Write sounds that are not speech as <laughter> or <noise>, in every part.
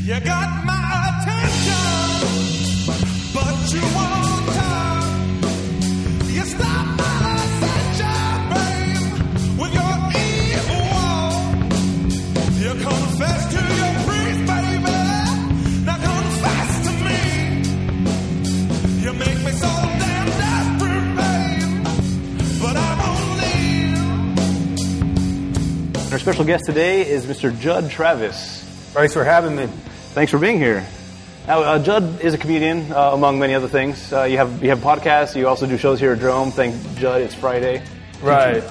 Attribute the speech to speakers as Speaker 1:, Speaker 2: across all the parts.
Speaker 1: You got my attention, but you won't talk. You stop my ascension, babe, with your evil walk. You confess to your priest, baby. Now confess to me. You make me so damn desperate, babe, but I won't leave.
Speaker 2: Our special guest today is Mr. Judd Travis.
Speaker 3: Thanks for having me.
Speaker 2: Thanks for being here. Now, uh, Judd is a comedian, uh, among many other things. Uh, you have you have podcasts. You also do shows here at Drome. Thank Judd. It's Friday.
Speaker 3: Right.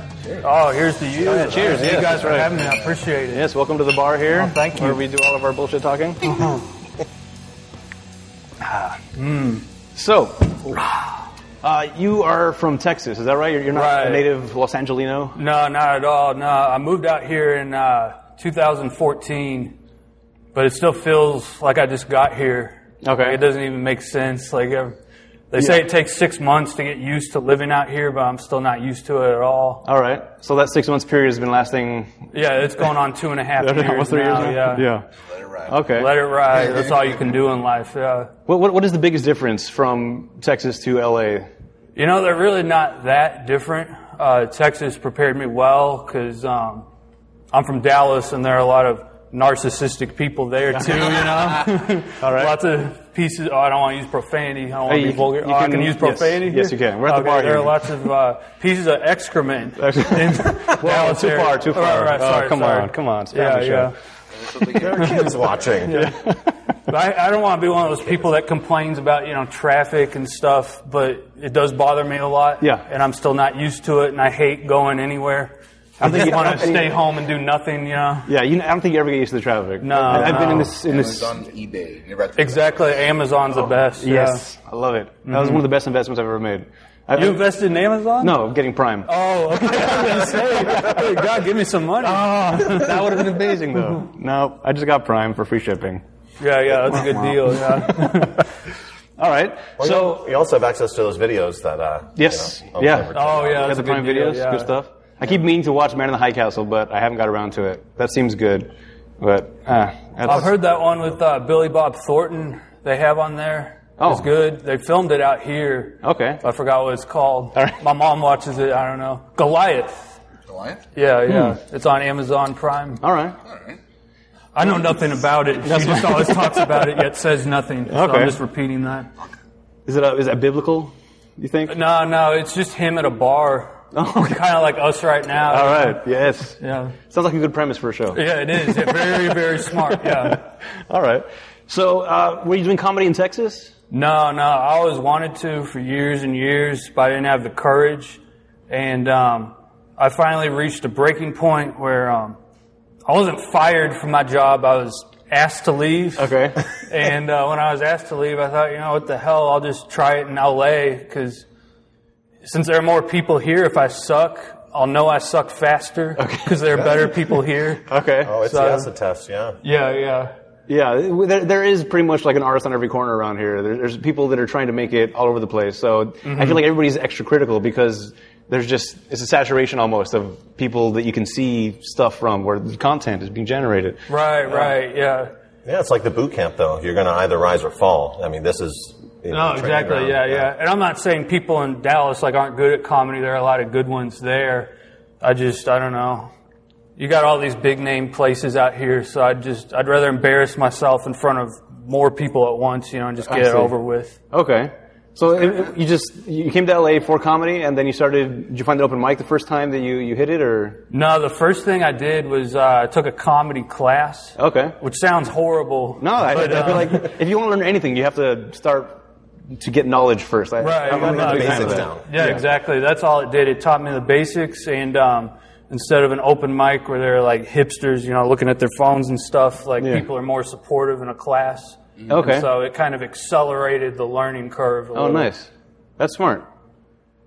Speaker 3: Oh, here's to you.
Speaker 2: yeah, cheers,
Speaker 3: Thank
Speaker 2: yes,
Speaker 3: you guys for
Speaker 2: right.
Speaker 3: having me. I appreciate it.
Speaker 2: Yes, welcome to the bar here.
Speaker 3: Oh, thank you.
Speaker 2: Where we do all of our bullshit <laughs> talking. Ah. So, uh, you are from Texas, is that right? You're, you're not a
Speaker 3: Right.
Speaker 2: native Los Angelino.
Speaker 3: No, not at all. No, I moved out here in uh, 2014, but it still feels like I just got here.
Speaker 2: Okay.
Speaker 3: Like, it doesn't even make sense. Like i they say, it takes six months to get used to living out here, but I'm still not used to it at all.
Speaker 2: All right. So that six months period has been lasting.
Speaker 3: Yeah, it's going on two and a <laughs> half years
Speaker 2: almost three
Speaker 3: now.
Speaker 2: years now?
Speaker 3: Yeah.
Speaker 2: Yeah. Okay.
Speaker 3: Let it ride. That's all you can do in life. Yeah.
Speaker 2: What, what, what is the biggest difference from Texas to LA?
Speaker 3: You know, they're really not that different. Uh, Texas prepared me well because um, I'm from Dallas, and there are a lot of narcissistic people there too. You know,
Speaker 2: <laughs> All right.
Speaker 3: lots of pieces. Oh, I don't want to use profanity. I don't want
Speaker 2: Hey,
Speaker 3: to
Speaker 2: you
Speaker 3: be
Speaker 2: can-
Speaker 3: vulgar.
Speaker 2: you
Speaker 3: oh, I
Speaker 2: can-
Speaker 3: can use
Speaker 2: yes.
Speaker 3: profanity.
Speaker 2: Yes, you can. We're at the
Speaker 3: okay,
Speaker 2: bar
Speaker 3: There
Speaker 2: here.
Speaker 3: are lots of uh, pieces of excrement.
Speaker 2: <laughs>
Speaker 3: in
Speaker 2: Well,
Speaker 3: Dallas
Speaker 2: too
Speaker 3: here.
Speaker 2: far, too far.
Speaker 3: Right, right,
Speaker 2: Oh,
Speaker 3: sorry,
Speaker 2: come
Speaker 3: sorry.
Speaker 2: on, come on. It's
Speaker 3: Yeah,
Speaker 2: family
Speaker 3: yeah.
Speaker 2: show.
Speaker 4: kids watching.
Speaker 3: But I, I don't want to be one of those people that complains about you know traffic and stuff, but it does bother me a lot.
Speaker 2: Yeah.
Speaker 3: and I'm still not used to it, and I hate going anywhere. I
Speaker 2: think
Speaker 3: just
Speaker 2: you-
Speaker 3: want to stay home and do nothing. You know,
Speaker 2: Yeah, you, I don't think you ever get used to the traffic.
Speaker 3: No,
Speaker 2: I- I've been in
Speaker 3: no.
Speaker 2: this in this.
Speaker 4: on eBay. You never have to-
Speaker 3: exactly. Amazon's the best. yeah.
Speaker 2: Yes, I love it. That was one of the best investments I've ever made. I,
Speaker 3: Mm-hmm. you invested in Amazon?
Speaker 2: No, I'm getting Prime.
Speaker 3: Oh, okay. <laughs> I was gonna say, hey, God, give me some money.
Speaker 2: Oh. that would have been amazing though.
Speaker 3: Mm-hmm.
Speaker 2: no, I just got Prime for free shipping.
Speaker 3: yeah, yeah, that's a good deal. Yeah.
Speaker 2: All right.
Speaker 4: Well,
Speaker 2: so
Speaker 4: you- you also have access to those videos that. Uh,
Speaker 2: Yes.
Speaker 4: you know,
Speaker 2: Yeah.
Speaker 4: over-
Speaker 3: Oh, yeah,
Speaker 2: got
Speaker 3: that's
Speaker 2: the
Speaker 3: a good
Speaker 2: Prime
Speaker 3: deal,
Speaker 2: videos,
Speaker 3: yeah.
Speaker 2: good stuff. I keep meaning to watch Man in the High Castle, but I haven't got around to it. That seems good, but uh,
Speaker 3: I've heard that one with uh, Billy Bob Thornton. They have on there.
Speaker 2: Oh.
Speaker 3: it's good. They filmed it out here.
Speaker 2: <laughs> Okay.
Speaker 3: I forgot what it's called.
Speaker 2: All right.
Speaker 3: My mom watches it. I don't know. Goliath.
Speaker 4: Alliance?
Speaker 3: Yeah, yeah. It's on Amazon Prime.
Speaker 2: All right.
Speaker 4: All right.
Speaker 3: I know nothing about it. She just
Speaker 2: <laughs>
Speaker 3: always talks about it, yet says nothing. So
Speaker 2: Okay.
Speaker 3: I'm just repeating that.
Speaker 2: Is it a, is that biblical? You think?
Speaker 3: No, no. It's just him at a bar.
Speaker 2: Oh, okay.
Speaker 3: Kind of like us right now.
Speaker 2: All right. Yes.
Speaker 3: Yeah.
Speaker 2: Sounds like a good premise for a show.
Speaker 3: Yeah, it is. Yeah, very, very smart. Yeah.
Speaker 2: <laughs> All right. So, uh, were you doing comedy in
Speaker 3: <laughs>
Speaker 2: Texas?
Speaker 3: No, no. I always wanted to for years and years, but I didn't have the courage. And um, I finally reached a breaking point where um, I wasn't fired from my job. I was asked to leave.
Speaker 2: Okay.
Speaker 3: <laughs> and uh, when I was asked to leave, I thought, you know, what the hell? I'll just try it in LA because since there are more people here, if I suck, I'll know I suck faster
Speaker 2: <laughs>
Speaker 3: because there are better people here.
Speaker 2: okay.
Speaker 4: Oh, it's
Speaker 3: So-
Speaker 4: the acid test. Yeah.
Speaker 3: Yeah, yeah.
Speaker 2: Yeah, there, there is pretty much like an artist on every corner around here. There, there's people that are trying to make it all over the place. So I
Speaker 3: Mm-hmm.
Speaker 2: feel like everybody's extra critical because there's just it's a saturation almost of people that you can see stuff from where the content is being generated.
Speaker 3: Right, right, yeah.
Speaker 4: Yeah, it's like the boot camp, though. You're going to either rise or fall. I mean, this is. you know,
Speaker 3: No, Oh,
Speaker 4: training
Speaker 3: exactly.
Speaker 4: ground.
Speaker 3: Yeah, yeah. And I'm not saying people in Dallas like aren't good at comedy. There are a lot of good ones there. I just I don't know. You got all these big name places out here, so I just I'd rather embarrass myself in front of more people at once, you know, and just get it
Speaker 2: see.
Speaker 3: over with.
Speaker 2: Okay, so it, it- you just you came to LA for comedy, and then you started. Did you find an open mic the first time that you you hit it, or
Speaker 3: No, the first thing I did was uh, I took a comedy class,
Speaker 2: okay?
Speaker 3: which sounds horrible.
Speaker 2: No, I,
Speaker 3: but,
Speaker 2: I feel
Speaker 3: uh,
Speaker 2: like if you want to learn anything, you have to start to get knowledge first. I,
Speaker 3: Right,
Speaker 2: I'm
Speaker 3: yeah,
Speaker 2: not a
Speaker 3: no,
Speaker 2: big fan of that.
Speaker 4: basics down.
Speaker 3: Yeah, exactly. That's all it did. It taught me the basics, and um, instead of an open mic where they're like hipsters, you know, looking at their phones and stuff, like
Speaker 2: Yeah.
Speaker 3: people are more supportive in a class.
Speaker 2: Okay.
Speaker 3: So it kind of accelerated the learning curve.
Speaker 2: Oh,
Speaker 3: A little.
Speaker 2: nice. That's smart.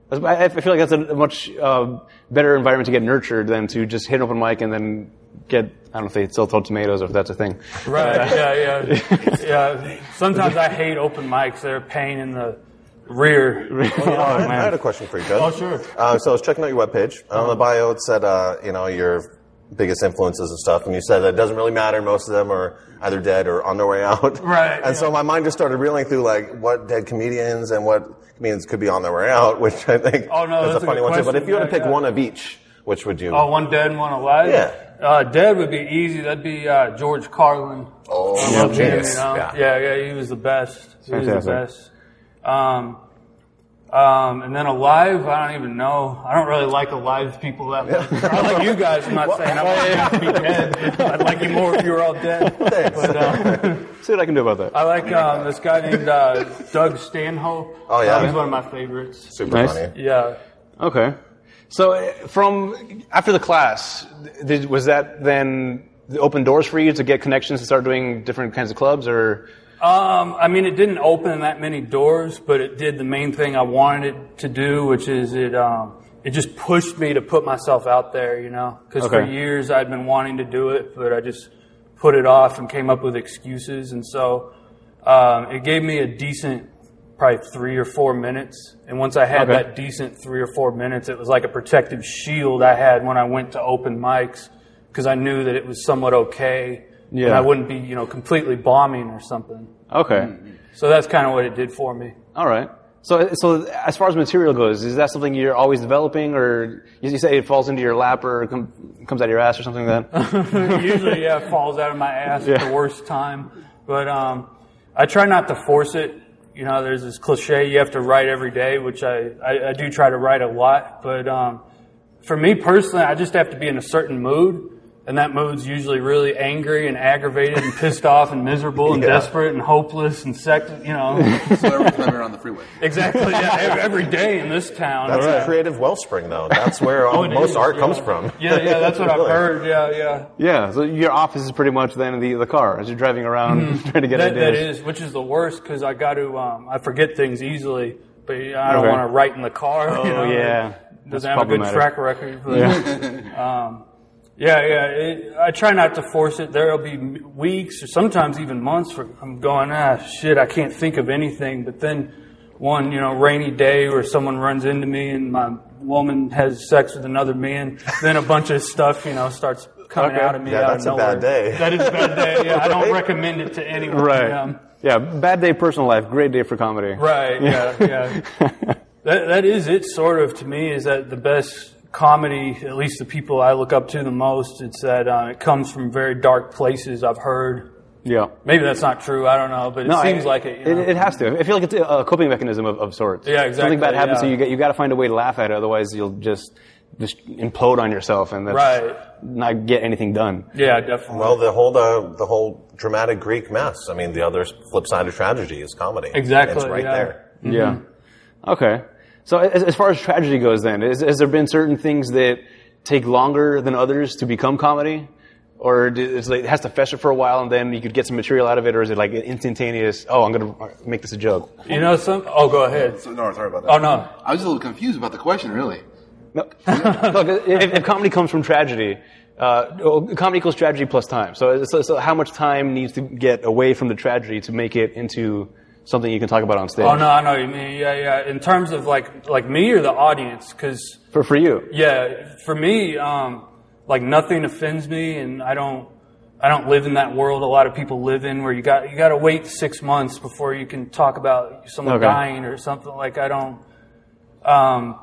Speaker 2: That's, I, I feel like that's a much uh, better environment to get nurtured than to just hit an open mic and then get. I don't know if they still throw tomatoes or if that's a thing.
Speaker 3: Right? Yeah, yeah,
Speaker 2: <laughs>
Speaker 3: yeah. Sometimes I hate open mics. They're a pain in the
Speaker 2: <laughs>
Speaker 3: rear. Oh,
Speaker 4: Well, you know, I, had- I
Speaker 2: Oh, man.
Speaker 3: Uh-huh.
Speaker 4: had a question for uh, you, Judge. Oh, sure. Uh, so I was checking out your webpage. And on the bio, it said, uh, you know, you're biggest influences and stuff, and you said that it doesn't really matter. Most of them are either dead or on their way out.
Speaker 3: <laughs> Right,
Speaker 4: And
Speaker 3: yeah.
Speaker 4: so my mind just started reeling through like what dead comedians and what comedians could be on their way out, <laughs> which I think
Speaker 3: Oh, no,
Speaker 4: is
Speaker 3: that's a
Speaker 4: a funny
Speaker 3: good
Speaker 4: one too. But
Speaker 3: question.
Speaker 4: if you had to
Speaker 3: Yeah,
Speaker 4: pick
Speaker 3: yeah.
Speaker 4: one of each, which would you?
Speaker 3: Oh, one dead and one alive.
Speaker 4: Yeah.
Speaker 3: Uh, dead would be easy. That'd be uh, George Carlin.
Speaker 4: Oh,
Speaker 3: I loved him,
Speaker 4: genius.
Speaker 3: you know?
Speaker 4: Yeah.
Speaker 3: yeah, yeah, he was the best. He was the
Speaker 2: Fantastic.
Speaker 3: best. Um, um, and then alive, I don't even know. I don't really like alive people that much. I like you guys. I'm not saying I want you to be dead. I'd like you more if you were all
Speaker 4: <laughs>
Speaker 3: dead. But, uh,
Speaker 2: See what I can do about that.
Speaker 3: I like um, this guy named uh, Doug Stanhope.
Speaker 4: Oh, yeah.
Speaker 3: Uh, he's one of my favorites.
Speaker 4: Super
Speaker 2: Nice.
Speaker 4: funny.
Speaker 3: Yeah.
Speaker 2: Uh, Okay. So uh, from after the class, th- did, was that then the open doors for you to get connections and start doing different kinds of clubs, or
Speaker 3: Um, I mean, it didn't open that many doors, but it did the main thing I wanted it to do, which is it, um, it just pushed me to put myself out there, you know, because for
Speaker 2: Okay.
Speaker 3: years I'd been wanting to do it, but I just put it off and came up with excuses. And so, um, it gave me a decent, probably three or four minutes. And once I had
Speaker 2: Okay.
Speaker 3: that decent three or four minutes, it was like a protective shield I had when I went to open mics because I knew that it was somewhat okay. And
Speaker 2: Yeah.
Speaker 3: I wouldn't be, you know, completely bombing or something.
Speaker 2: okay,
Speaker 3: So that's kind of what it did for me.
Speaker 2: All right. So eh, so as far as material goes, is that something you're always developing, or you, you say it falls into your lap or com, comes out of your ass or something like that?
Speaker 3: Usually, yeah, it falls out of my ass at the
Speaker 2: Yeah.
Speaker 3: worst time. But um, I try not to force it. You know, there's this cliche you have to write every day, which I, I, I do try to write a lot. But um, for me personally, I just have to be in a certain mood. And that mood's usually really angry and aggravated and pissed off and miserable and
Speaker 4: Yeah.
Speaker 3: desperate and hopeless and sect, you know.
Speaker 5: So every time you're on the freeway.
Speaker 3: exactly, yeah, ev- every day in this town.
Speaker 4: That's
Speaker 3: yeah.
Speaker 4: a creative wellspring, though. That's
Speaker 3: <laughs>
Speaker 4: where all,
Speaker 3: Oh, it is,
Speaker 4: most art
Speaker 3: yeah.
Speaker 4: comes from.
Speaker 3: <laughs> yeah, yeah, that's what
Speaker 4: <laughs>
Speaker 3: I've
Speaker 4: Really.
Speaker 3: heard. Yeah, yeah.
Speaker 2: yeah. So your office is pretty much then the the car as you're driving around <laughs> trying to get
Speaker 3: Mm-hmm. That, that
Speaker 2: ideas.
Speaker 3: is, which is the worst because I got to, um, I forget things easily, but yeah, I don't
Speaker 2: Okay.
Speaker 3: want to write in the car. <laughs> Oh, you know,
Speaker 2: yeah. That's
Speaker 3: Doesn't have a good
Speaker 2: problematic.
Speaker 3: track record. But, um, yeah, yeah. It, I try not to force it. There'll be m- weeks or sometimes even months where I'm going, ah, shit, I can't think of anything. But then one, you know, rainy day where someone runs into me and my woman has sex with another man, then a bunch of stuff, you know, starts coming
Speaker 2: Okay.
Speaker 3: out of me
Speaker 4: Yeah,
Speaker 3: out
Speaker 4: that's
Speaker 3: of
Speaker 4: a
Speaker 3: nowhere.
Speaker 4: bad day.
Speaker 3: That is a bad day. Yeah, I don't
Speaker 4: Right?
Speaker 3: recommend it to anyone. Um,
Speaker 2: Right.
Speaker 3: Yeah.
Speaker 2: yeah. Bad day, personal life. Great day for comedy. <laughs>
Speaker 3: Right. Yeah. Yeah. that, that is it, sort of, to me, is that the best comedy, at least the people I look up to the most, it's that uh, it comes from very dark places I've heard.
Speaker 2: Yeah.
Speaker 3: Maybe that's not true. I don't know, but it seems like it. You know?
Speaker 2: it. It has to. I feel like it's a coping mechanism of, of sorts.
Speaker 3: Yeah, exactly,
Speaker 2: Something bad happens,
Speaker 3: yeah.
Speaker 2: so you get you got to find a way to laugh at it. Otherwise, you'll just just implode on yourself and that's
Speaker 3: Right.
Speaker 2: not get anything done.
Speaker 3: yeah, definitely.
Speaker 4: Well, the whole uh, the whole dramatic Greek mess. I mean, the other flip side of tragedy is comedy.
Speaker 3: Exactly,
Speaker 4: It's right
Speaker 3: yeah.
Speaker 4: there.
Speaker 2: Yeah. Okay. So as, as far as tragedy goes, then is, has there been certain things that take longer than others to become comedy, or do, it's like, it has to fester for a while and then you could get some material out of it, or is it like instantaneous? Oh, I'm gonna make this a joke.
Speaker 3: you know, some. Oh, go ahead.
Speaker 5: So, no, sorry about that.
Speaker 3: Oh no.
Speaker 5: I was a little confused about the question, really.
Speaker 2: No. <laughs> Look, if, if comedy comes from tragedy, uh, well, comedy equals tragedy plus time. So, so, so how much time needs to get away from the tragedy to make it into something you can talk about on stage?
Speaker 3: Oh no, I know what you mean. Yeah, yeah. In terms of like, like me or the audience, because.
Speaker 2: For, for you.
Speaker 3: Yeah, for me, um, like nothing offends me, and I don't, I don't live in that world a lot of people live in where you got you got to wait six months before you can talk about someone
Speaker 2: Okay.
Speaker 3: dying or something. Like I don't, um,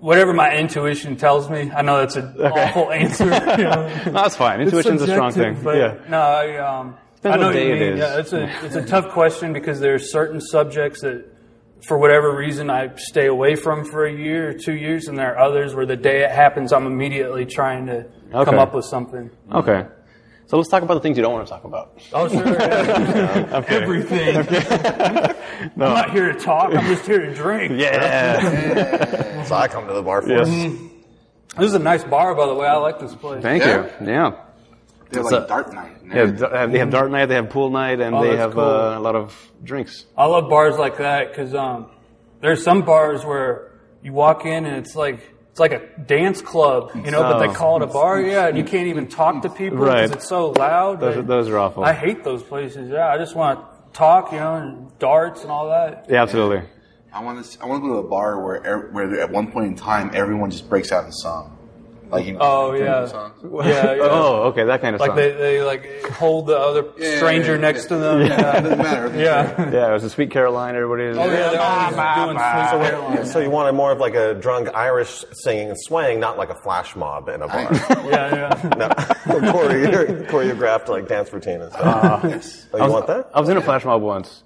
Speaker 3: whatever my intuition tells me. I know that's
Speaker 2: <laughs>
Speaker 3: an awful answer. you <laughs> know.
Speaker 2: No, <laughs> that's fine. Intuition's a strong
Speaker 3: subjective,
Speaker 2: thing.
Speaker 3: But
Speaker 2: Yeah.
Speaker 3: No, I, um, I
Speaker 2: Depends
Speaker 3: know
Speaker 2: what
Speaker 3: what you
Speaker 2: day it
Speaker 3: mean.
Speaker 2: is.
Speaker 3: Yeah, it's a it's a tough question because there are certain subjects that, for whatever reason, I stay away from for a year or two years, and there are others where the day it happens, I'm immediately trying to
Speaker 2: Okay.
Speaker 3: come up with something.
Speaker 2: Okay. So let's talk about the things you don't want to talk about.
Speaker 3: Oh, sure. <laughs>
Speaker 2: <laughs>
Speaker 3: Everything. I'm not here to talk. I'm just here to drink.
Speaker 2: Yeah.
Speaker 4: So I come to the bar for.
Speaker 2: <laughs> yes.
Speaker 3: This is a nice bar, by the way. I like this place.
Speaker 2: Thank
Speaker 5: Yeah.
Speaker 2: you. Yeah.
Speaker 5: They're
Speaker 2: It's
Speaker 5: like
Speaker 2: a-
Speaker 5: dart night. and
Speaker 2: They have, they have dart night, they have pool night, and
Speaker 3: Oh,
Speaker 2: they
Speaker 3: that's
Speaker 2: have
Speaker 3: cool.
Speaker 2: uh, a lot of drinks.
Speaker 3: I love bars like that because um, there's some bars where you walk in and it's like it's like a dance club, you know, but they
Speaker 2: Oh.
Speaker 3: call it a bar, yeah, and you can't even talk to people because
Speaker 2: Right.
Speaker 3: it's so loud.
Speaker 2: Those, are-
Speaker 3: Like,
Speaker 2: those are awful.
Speaker 3: I hate those places. Yeah, I just want to talk, you know, and darts and
Speaker 2: <laughs>
Speaker 3: all that.
Speaker 2: yeah, absolutely.
Speaker 5: I want to. I want to go to a bar where, ev- where at one point in time everyone just breaks out in song. Like, you know,
Speaker 3: Oh,
Speaker 5: doing
Speaker 3: yeah.
Speaker 5: the songs.
Speaker 3: Yeah, yeah.
Speaker 2: <laughs> Oh, okay, that kind of
Speaker 3: Like
Speaker 2: song.
Speaker 3: they, they like hold the other
Speaker 5: Yeah,
Speaker 3: stranger
Speaker 5: yeah, yeah.
Speaker 3: next to them.
Speaker 5: Yeah, <laughs> it doesn't matter.
Speaker 3: <laughs> Yeah.
Speaker 2: yeah, it was a Sweet Caroline. Everybody. Was,
Speaker 3: Oh, yeah, they're always doing Sweet Caroline.
Speaker 4: <laughs> So you wanted more of like a drunk Irish singing and swaying, not like a flash mob in a
Speaker 5: <laughs>
Speaker 4: bar.
Speaker 3: Yeah, yeah.
Speaker 4: no, <laughs> Choreo- choreographed like dance routine and
Speaker 3: Uh,
Speaker 4: stuff. Oh, you
Speaker 2: I was,
Speaker 4: want that?
Speaker 2: I was in a flash mob once.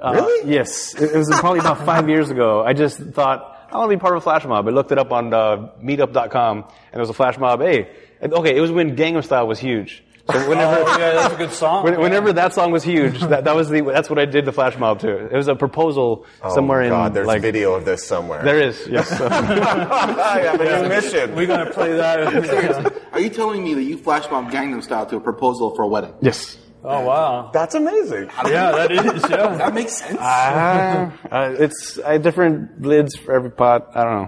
Speaker 2: Uh,
Speaker 4: Really?
Speaker 2: Yes. It, it was probably about five years ago. I just thought, I want to be part of a flash mob. I looked it up on uh, meetup.com, and there was a flash mob. Hey, and- okay, it was when Gangnam Style was huge. So whenever,
Speaker 3: Oh, yeah, that's a good song.
Speaker 2: when- whenever that song was huge, that, that was the, that's what I did the flash mob to. It was a proposal
Speaker 3: uh,
Speaker 2: somewhere
Speaker 4: oh, God,
Speaker 2: in,
Speaker 4: there's
Speaker 2: like,
Speaker 4: video of this somewhere.
Speaker 2: there is, yes. So-
Speaker 4: <laughs> I have a new mission.
Speaker 3: We're going to play that.
Speaker 5: Are you telling me that you flashbomb Gangnam Style to a proposal for a wedding?
Speaker 2: yes.
Speaker 3: oh, wow.
Speaker 4: That's amazing.
Speaker 3: Yeah, that is,
Speaker 5: <laughs>
Speaker 3: yeah.
Speaker 5: That makes sense.
Speaker 2: Ah, uh, it's I had different lids for every pot. I don't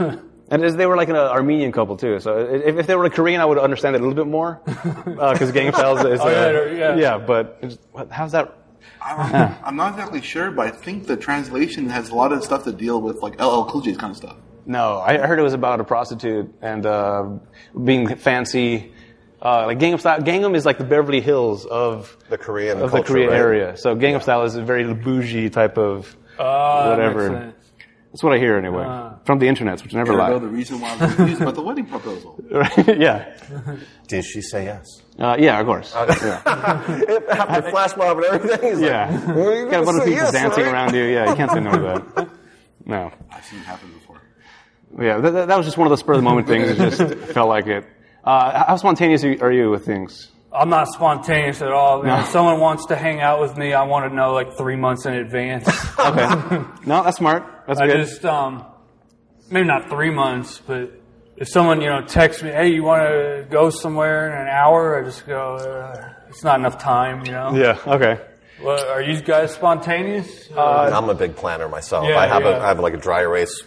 Speaker 2: know. And as they were like an uh, Armenian couple too, so i- if, if they were a Korean, I would understand it a little bit more because Gang of Styles is
Speaker 3: Oh, yeah,
Speaker 2: uh,
Speaker 3: yeah.
Speaker 2: But it's, what, how's that?
Speaker 5: I'm, I'm not exactly sure, but I think the translation has a lot of stuff to deal with, like LL Cool J's kind of stuff.
Speaker 2: No, I I heard it was about a prostitute and uh, being fancy. Uh, like Gangnam Style, Gangnam is like the Beverly Hills of
Speaker 4: The Korean
Speaker 2: of the
Speaker 4: culture,
Speaker 2: Korean
Speaker 4: right?
Speaker 2: area. So Gangnam Style is a very bougie type of
Speaker 3: Ah, that makes
Speaker 2: whatever.
Speaker 3: sense.
Speaker 2: That's what I hear anyway from the internet, which never
Speaker 5: Ergo, the
Speaker 2: lie.
Speaker 5: reason why I'm confused about the wedding proposal.
Speaker 2: <laughs> yeah.
Speaker 4: Did she say yes?
Speaker 2: Uh, yeah, of course. Yeah.
Speaker 4: It- After flash mob and everything, he's <laughs>
Speaker 2: yeah.
Speaker 4: like, well,
Speaker 2: Got a bunch of people dancing
Speaker 4: right?
Speaker 2: around you. Yeah, you can't say no to that. No.
Speaker 5: I've seen it happen before.
Speaker 2: Yeah, that, that- that was just one of the spur of the moment things. It just felt like it. Uh, how spontaneous are you- are you with things?
Speaker 3: I'm not spontaneous at all. man.
Speaker 2: No.
Speaker 3: If someone wants to hang out with me, I want to know like three months in advance.
Speaker 2: Okay. No, that's smart. That's
Speaker 3: I
Speaker 2: good.
Speaker 3: just um, maybe not three months, but if someone you know texts me, hey, you want to go somewhere in an hour? I just go, uh, it's not enough time, you know.
Speaker 2: yeah. Okay.
Speaker 3: Well, are you guys spontaneous? Uh,
Speaker 4: I'm a big planner myself.
Speaker 3: Yeah,
Speaker 4: I have a
Speaker 3: yeah.
Speaker 4: I have like a dry erase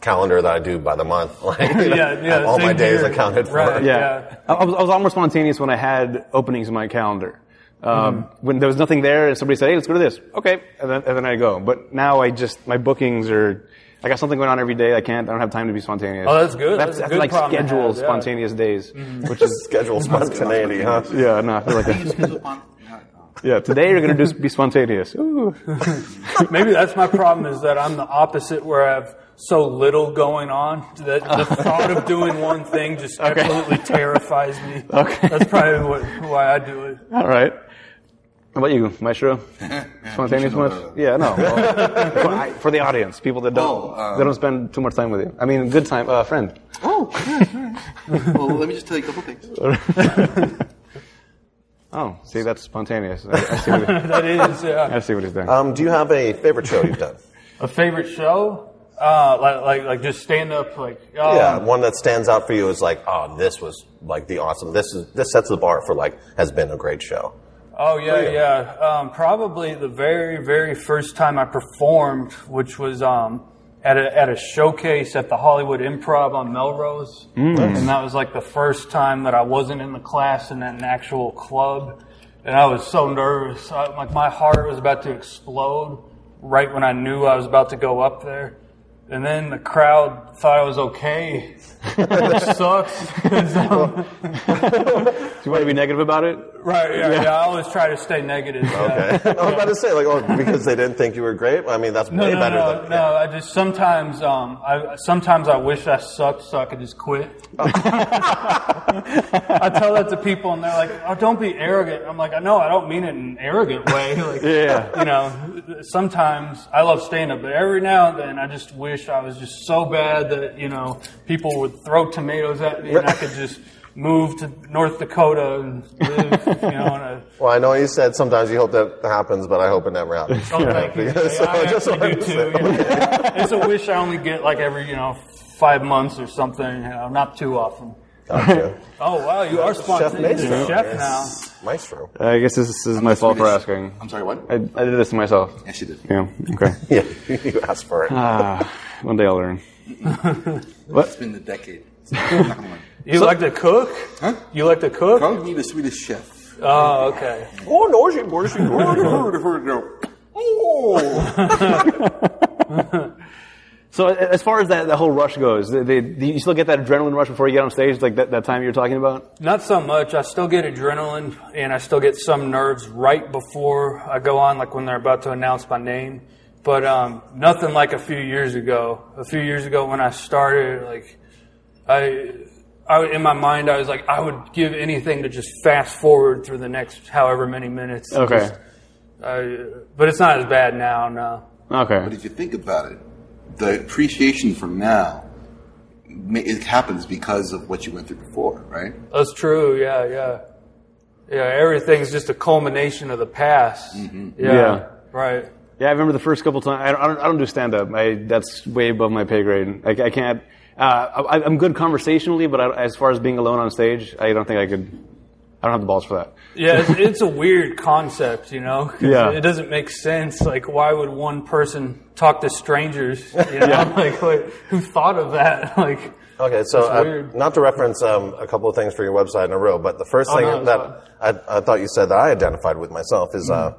Speaker 4: calendar that I do by the month. <laughs> Like,
Speaker 3: <laughs> yeah, yeah.
Speaker 4: have all my
Speaker 3: same
Speaker 4: days
Speaker 3: here.
Speaker 4: accounted for.
Speaker 3: Right,
Speaker 4: <laughs>
Speaker 2: Yeah.
Speaker 3: yeah.
Speaker 2: I, I was, I was almost spontaneous when I had openings in my calendar. Um,
Speaker 3: Mm-hmm.
Speaker 2: When there was nothing there, and somebody said, "Hey, let's go to this." Okay, and then, and then I go. But now I just my bookings are. I got something going on every day. I can't. I don't have time to be spontaneous.
Speaker 3: Oh, that's good. That's
Speaker 2: I
Speaker 3: a
Speaker 2: have to,
Speaker 3: good
Speaker 2: like
Speaker 3: problem to
Speaker 2: schedule
Speaker 3: have, yeah. Mm-hmm.
Speaker 2: spontaneous days, which is <laughs>
Speaker 4: Schedule spontaneity, huh?
Speaker 2: Yeah, no, I feel like
Speaker 5: You
Speaker 2: a,
Speaker 5: just goes upon- yeah, oh, no.
Speaker 2: yeah. Today you're gonna just be spontaneous. Ooh.
Speaker 3: Maybe that's my problem is that I'm the opposite where I have so little going on that the thought of doing one thing just
Speaker 2: <laughs> Okay.
Speaker 3: absolutely terrifies me.
Speaker 2: Okay.
Speaker 3: That's probably what, why I do it.
Speaker 2: All right. How about you, Maestro? Spontaneous
Speaker 5: You should
Speaker 2: much?
Speaker 5: know that.
Speaker 2: Yeah,
Speaker 5: <laughs>
Speaker 2: no. Well, for, I- for the audience, people that don't,
Speaker 5: Oh, um,
Speaker 2: they don't spend too much time with you. I mean, good time, uh, friend.
Speaker 5: Oh, yeah, all right. <laughs> well, let me just tell you a couple things.
Speaker 2: <laughs> Oh, see, that's spontaneous. I, I see, what he,
Speaker 3: That is, yeah.
Speaker 2: I see what he's doing.
Speaker 4: Um, do you have a favorite show you've done?
Speaker 3: A favorite show? Uh, like, like, like just stand up, like, <laughs> um,
Speaker 4: yeah, one that stands out for you is like, oh, this was like the awesome. This is this sets the bar for like has been a
Speaker 3: <laughs>
Speaker 4: great show.
Speaker 3: Oh yeah,
Speaker 4: Really?
Speaker 3: yeah. Um, probably the very, very first time I performed, which was um, at a at a showcase at the Hollywood Improv on Melrose, and that was like the first time that I wasn't in the class in an actual club, and I was so nervous. I, like my heart was about to explode right when I knew I was about to go up there, and then the crowd thought I was okay. Which sucks. <laughs>
Speaker 2: do you want to be negative about <laughs> it?
Speaker 3: right? Yeah, yeah. I always try to stay negative. yeah.
Speaker 4: <laughs> I was about to say like, oh, because they didn't think you were great. I mean, that's
Speaker 3: No,
Speaker 4: way
Speaker 3: no,
Speaker 4: better
Speaker 3: no,
Speaker 4: than. <laughs>
Speaker 3: no. I just sometimes, um, I sometimes I wish I sucked so I could just quit.
Speaker 4: Oh.
Speaker 3: <laughs> I tell that to people, and they're like, "Oh, don't be arrogant." I'm like, "No, I don't mean it in an arrogant way." <laughs> Like,
Speaker 2: Yeah.
Speaker 3: you know, sometimes I love stand up, but every now and then I just wish I was just so bad that you know people would throw tomatoes at me, and I could just move to North Dakota and live, you know, in a
Speaker 4: Well, I know you said sometimes you hope that happens, but I hope it never happens.
Speaker 3: <laughs> Oh, thank you.
Speaker 4: Because-
Speaker 3: Yeah, I
Speaker 4: so just
Speaker 3: actually do
Speaker 4: wanted to
Speaker 3: too.
Speaker 4: say-
Speaker 3: yeah. It's a wish I only get like every, you know, five months or something. You know, not too often.
Speaker 4: Gotcha.
Speaker 3: Oh wow, you are
Speaker 4: Chef
Speaker 3: spontaneous,
Speaker 4: Maestro.
Speaker 3: chef, now.
Speaker 4: Yes. Maestro.
Speaker 2: I guess this, this is my fault for asking.
Speaker 5: I'm sorry, what?
Speaker 2: I, I did this to myself.
Speaker 5: Yes, you did.
Speaker 2: Yeah. <laughs> Okay.
Speaker 4: Yeah, <laughs> you asked for it.
Speaker 2: Ah, one day I'll learn.
Speaker 5: It's been a decade. I'm not gonna lie.
Speaker 3: You like to cook? Huh? You like to cook?
Speaker 5: Call me the Swedish chef.
Speaker 3: Oh, okay.
Speaker 4: oh, no, she, where she
Speaker 5: Heard, heard, heard, girl. Oh,
Speaker 2: So a- as far as that, that whole rush goes, they, they, do you still get that adrenaline rush before you get on stage, like that, that time you were talking about?
Speaker 3: Not so much. I still get adrenaline and I still get some nerves right before I go on, like when they're about to announce my name. But um, nothing like a few years ago. A few years ago when I started, like I, I in my mind I was like I would give anything to just fast forward through the next however many minutes.
Speaker 2: Okay.
Speaker 3: Just, I- but it's not as bad now. No.
Speaker 5: But
Speaker 2: Okay.
Speaker 5: if you think about it, the appreciation from now ma- it happens because of what you went through before, right?
Speaker 3: That's true. Yeah, yeah, yeah. Everything's just a culmination of the past.
Speaker 2: Yeah.
Speaker 3: yeah. Right.
Speaker 2: Yeah, I remember the first couple times. I don't, I don't, I don't do stand up. I That's way above my pay grade. I, I can't. Uh, I, I'm good conversationally, but I, as far as being alone on stage, I don't think I could. I don't have the balls for that.
Speaker 3: Yeah, it's, it's a weird concept, you know. 'cause
Speaker 2: Yeah.
Speaker 3: it doesn't make sense. Like, why would one person talk to strangers? You know, <laughs> like, like, who thought of that? <laughs> Like,
Speaker 4: Okay, so
Speaker 3: That's
Speaker 4: uh,
Speaker 3: weird.
Speaker 4: not to reference um, a couple of things for your website in a row, but the first
Speaker 3: Oh,
Speaker 4: thing
Speaker 3: no, it's
Speaker 4: that I, I thought you said that I identified with myself is uh,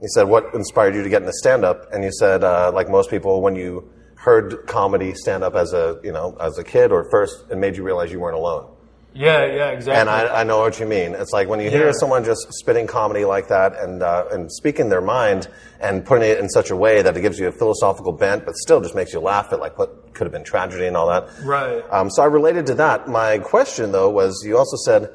Speaker 4: you said what inspired you to get into stand up, and you said uh, like most people when you heard comedy stand up as a you know as a kid or first, it made you realize you weren't alone.
Speaker 3: yeah, yeah, exactly.
Speaker 4: And I, I know what you mean. It's like when you hear
Speaker 3: Yeah.
Speaker 4: someone just spitting comedy like that and uh, and speaking their mind and putting it in such a way that it gives you a philosophical bent, but still just makes you laugh at like what could have been tragedy and all that.
Speaker 3: Right.
Speaker 4: Um, so I related to that. My question though was, you also said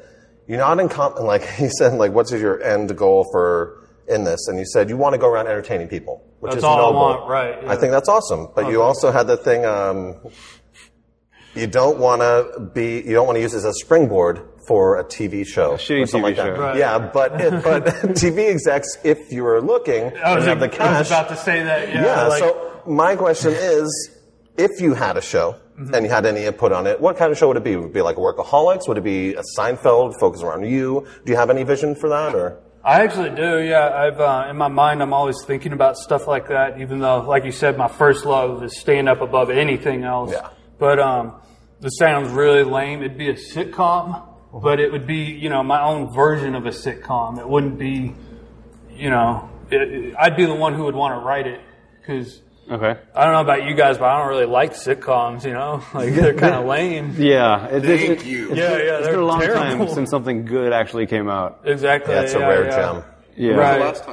Speaker 4: you're not in com- and, like <laughs> you said like what's your end goal for in this, and you said you want to go around entertaining people, which
Speaker 3: That's
Speaker 4: is
Speaker 3: all I
Speaker 4: noble.
Speaker 3: want, right, yeah.
Speaker 4: I think that's awesome. But you also had the thing. Um, you don't want to be you don't want to use this as a springboard for a TV show,
Speaker 2: shitty
Speaker 4: or something
Speaker 2: TV
Speaker 4: like that.
Speaker 2: show. Right.
Speaker 4: Yeah,
Speaker 2: <laughs>
Speaker 4: but it, but <laughs> TV execs, if you were looking,
Speaker 3: I was,
Speaker 4: and have the
Speaker 3: like, I was
Speaker 4: cash.
Speaker 3: about to say that. Yeah.
Speaker 4: yeah.
Speaker 3: like,
Speaker 4: so my question is, if you had a show
Speaker 3: Mm-hmm.
Speaker 4: and you had any input on it, what kind of show would it be? Would it be like Workaholics? Would it be a Seinfeld focused around you? Do you have any vision for that or?
Speaker 3: I actually do. Yeah, I've uh, in my mind, I'm always thinking about stuff like that. Even though, like you said, my first love is stand up above anything else.
Speaker 4: Yeah.
Speaker 3: But um, this sounds really lame. It'd be a sitcom, but it would be you know my own version of a sitcom. It wouldn't be, you know, it, it- I'd be the one who would want to write it because.
Speaker 2: Okay.
Speaker 3: I don't know about you guys, but I don't really like sitcoms, you know? <laughs> Like, they're kind of lame.
Speaker 2: Yeah. It, it-
Speaker 5: Thank
Speaker 2: it-
Speaker 5: you.
Speaker 2: It's,
Speaker 3: Yeah,
Speaker 2: been-
Speaker 3: yeah,
Speaker 2: It's
Speaker 3: they're
Speaker 2: been a long
Speaker 3: terrible.
Speaker 2: time <laughs> since something good actually came out.
Speaker 3: Exactly.
Speaker 4: That's
Speaker 3: yeah,
Speaker 4: a rare
Speaker 3: yeah.
Speaker 4: gem.
Speaker 2: Yeah.
Speaker 5: When was
Speaker 3: Right.
Speaker 5: the last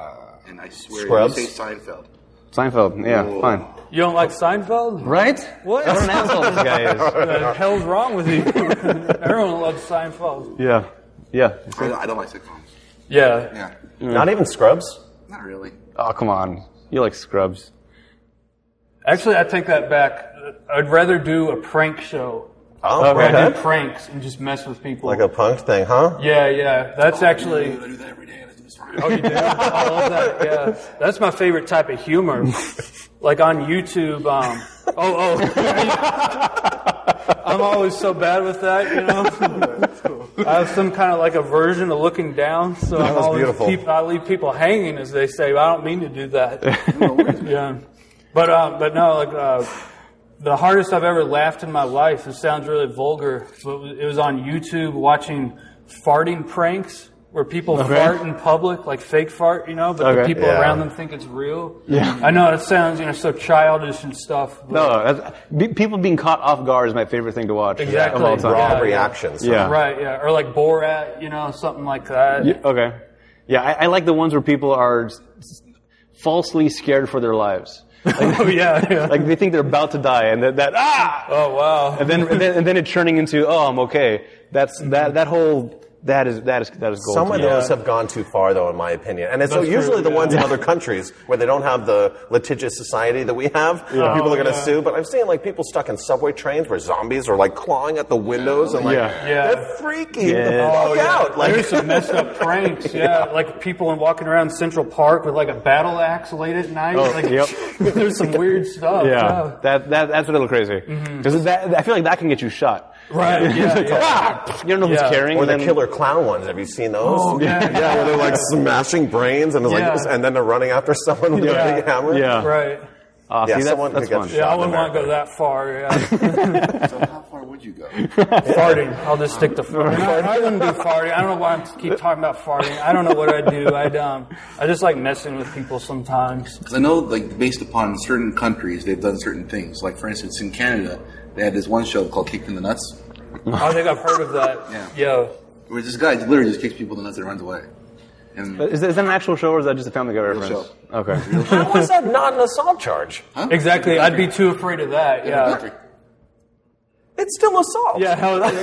Speaker 5: time? and I swear
Speaker 4: Scrubs?
Speaker 5: you say Seinfeld.
Speaker 2: Seinfeld. Yeah.
Speaker 5: Whoa.
Speaker 2: Fine.
Speaker 3: You don't like Seinfeld?
Speaker 2: Right?
Speaker 3: What?
Speaker 2: What an asshole this guy
Speaker 5: <laughs>
Speaker 2: is.
Speaker 3: What the hell's wrong with you? <laughs> Everyone loves Seinfeld.
Speaker 2: Yeah. Yeah.
Speaker 5: I don't, I don't like sitcoms.
Speaker 3: Yeah.
Speaker 5: Yeah,
Speaker 2: Mm.
Speaker 4: Not even Scrubs.
Speaker 5: not really.
Speaker 2: Oh, come on. You like Scrubs.
Speaker 3: Actually, I take that back. I'd rather do a prank show
Speaker 4: Oh,
Speaker 2: Okay.
Speaker 3: where I do
Speaker 4: okay.
Speaker 3: pranks and just mess with people.
Speaker 4: Like a punk thing, huh?
Speaker 3: yeah, yeah. That's actually.
Speaker 5: I do that every day. I do this for
Speaker 3: Oh, you do? I love
Speaker 5: <laughs>
Speaker 3: that. Yeah. That's my favorite type of humor. Like on YouTube. Um, oh, <laughs> oh. I'm always so bad with that, you
Speaker 5: <laughs>
Speaker 3: know. I have some kind of like aversion to looking down, so I
Speaker 4: was
Speaker 3: always
Speaker 4: beautiful.
Speaker 3: keep I leave people hanging, as they say. I don't mean to do
Speaker 4: <laughs>
Speaker 3: that. yeah, but uh, but no, like uh, the hardest I've ever laughed in my life. It sounds really vulgar, but it was on YouTube watching farting pranks where people fart in public, like fake fart, you know, but the
Speaker 2: Okay.
Speaker 3: people
Speaker 4: Yeah.
Speaker 3: around them think it's real. Yeah, I know it sounds you know so childish and stuff. But
Speaker 2: No, that's, be, people being caught off guard is my favorite thing to watch.
Speaker 3: Exactly.
Speaker 2: Of all time.
Speaker 4: Raw
Speaker 3: Yeah.
Speaker 4: reactions.
Speaker 2: Yeah.
Speaker 3: Right, yeah, or like Borat, you know, something like that.
Speaker 2: Yeah, <laughs> okay. Yeah, I, I like the ones where people are s- s- falsely scared for their lives. Like,
Speaker 3: Oh yeah, yeah.
Speaker 2: like they think they're about to die, and that, that ah,
Speaker 3: oh wow.
Speaker 2: and then, and then and then it churning into oh, I'm okay. That's that that whole that is that is that is gold.
Speaker 4: Some
Speaker 2: to
Speaker 4: of
Speaker 2: me.
Speaker 4: those have gone too far, though, in my opinion. And it's
Speaker 3: That's
Speaker 4: usually
Speaker 3: true,
Speaker 4: the
Speaker 3: yeah.
Speaker 4: ones in other countries where they don't have the litigious society that we have. where people are
Speaker 3: Oh,
Speaker 4: going to
Speaker 3: yeah.
Speaker 4: sue. But I'm seeing like people stuck in subway trains where zombies are like clawing at the windows and like
Speaker 2: Yeah.
Speaker 3: Yeah.
Speaker 4: they're freaking the
Speaker 2: Yeah.
Speaker 4: fuck out. Like
Speaker 3: There's some messed up pranks, yeah. Like people walking around Central Park with like a battle axe late at night.
Speaker 2: Oh,
Speaker 3: like,
Speaker 2: yep.
Speaker 3: <laughs> There's some weird stuff.
Speaker 2: Yeah, Mm-hmm. that, that that's a little crazy. Because that I feel like that can get you shot.
Speaker 3: Right,
Speaker 2: <laughs>
Speaker 3: yeah,
Speaker 2: It's like,
Speaker 3: yeah.
Speaker 2: "Ah!" You don't know who's
Speaker 3: Yeah.
Speaker 2: carrying.
Speaker 4: or the
Speaker 2: and then-
Speaker 4: killer clown ones. Have you seen those?
Speaker 3: Oh, yeah,
Speaker 4: <laughs>
Speaker 3: yeah.
Speaker 4: where they're like smashing brains and it's like,
Speaker 3: Yeah.
Speaker 4: this- and then they're running after <laughs> someone with
Speaker 2: Yeah.
Speaker 4: a big hammer.
Speaker 2: Yeah.
Speaker 3: Right.
Speaker 2: Ah,
Speaker 4: Yeah,
Speaker 2: see, that's,
Speaker 4: someone
Speaker 2: that's
Speaker 4: could get
Speaker 2: fun.
Speaker 4: shot.
Speaker 3: Yeah, I
Speaker 4: in
Speaker 3: wouldn't want to go
Speaker 4: America.
Speaker 3: that far, yeah.
Speaker 5: So how far would <laughs> you go?
Speaker 3: farting. I'll just stick to farting. I, I wouldn't do farting. I don't know why I keep talking about farting. I don't know what I do. I um, I just like messing with people sometimes.
Speaker 5: Because I know, like, based upon certain countries, they've done certain things. Like, for instance, in Canada, they had this one show called Kicked in the Nuts,
Speaker 3: I think I've heard of that. Yo,
Speaker 5: where this guy literally just kicks people in the nuts and runs away. And
Speaker 2: Is that, is that an actual show or is that just a Family Guy reference?
Speaker 5: show.
Speaker 2: Okay.
Speaker 4: How was that not an assault charge?
Speaker 5: Huh?
Speaker 3: exactly. I'd be too afraid of that. Yeah.
Speaker 5: Country.
Speaker 4: It's still assault.
Speaker 3: Yeah. How do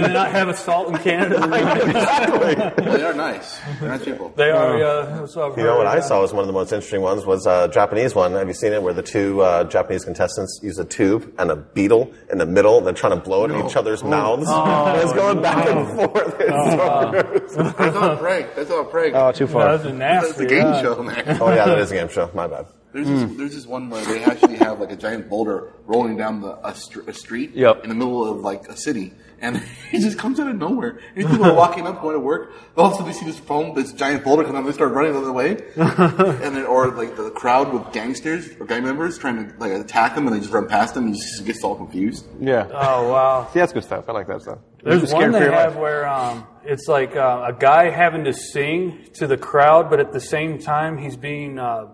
Speaker 3: they not have assault in Canada?
Speaker 5: Well, they are nice. They're nice people.
Speaker 3: they are. Yeah. That's what I've
Speaker 4: You know
Speaker 3: heard,
Speaker 4: what I
Speaker 3: yeah.
Speaker 4: saw was one of the most interesting ones was a Japanese one. Have you seen it? Where the two uh, Japanese contestants use a tube and a beetle in the middle, and they're trying to blow it in each other's
Speaker 3: Oh.
Speaker 4: mouths. And <laughs> it's going back and forth. It's so gross.
Speaker 3: <laughs>
Speaker 5: That's all prank. That's all prank. <laughs>
Speaker 2: Oh, too
Speaker 3: No,
Speaker 2: far.
Speaker 3: Those are
Speaker 5: That's
Speaker 3: nasty. uh,
Speaker 5: the game
Speaker 3: yeah.
Speaker 5: show, man.
Speaker 4: oh yeah, that is a game show. My bad.
Speaker 5: There's, this, there's this one where they actually have like a giant boulder rolling down the a, str- a street
Speaker 2: Yep.
Speaker 5: in the middle of like a city, and <laughs> it just comes out of nowhere. And these people are walking up, going to work. All of a sudden, they see this foam, this giant boulder come up. They start running the other way, and then or like the crowd with gangsters or gang members trying to like attack them, and they just run past them, and he just gets all confused.
Speaker 2: Yeah.
Speaker 3: Oh wow.
Speaker 2: See, that's good stuff. I like that stuff.
Speaker 3: There's one they have where um, it's like uh, a guy having to sing to the crowd, but at the same time he's being uh,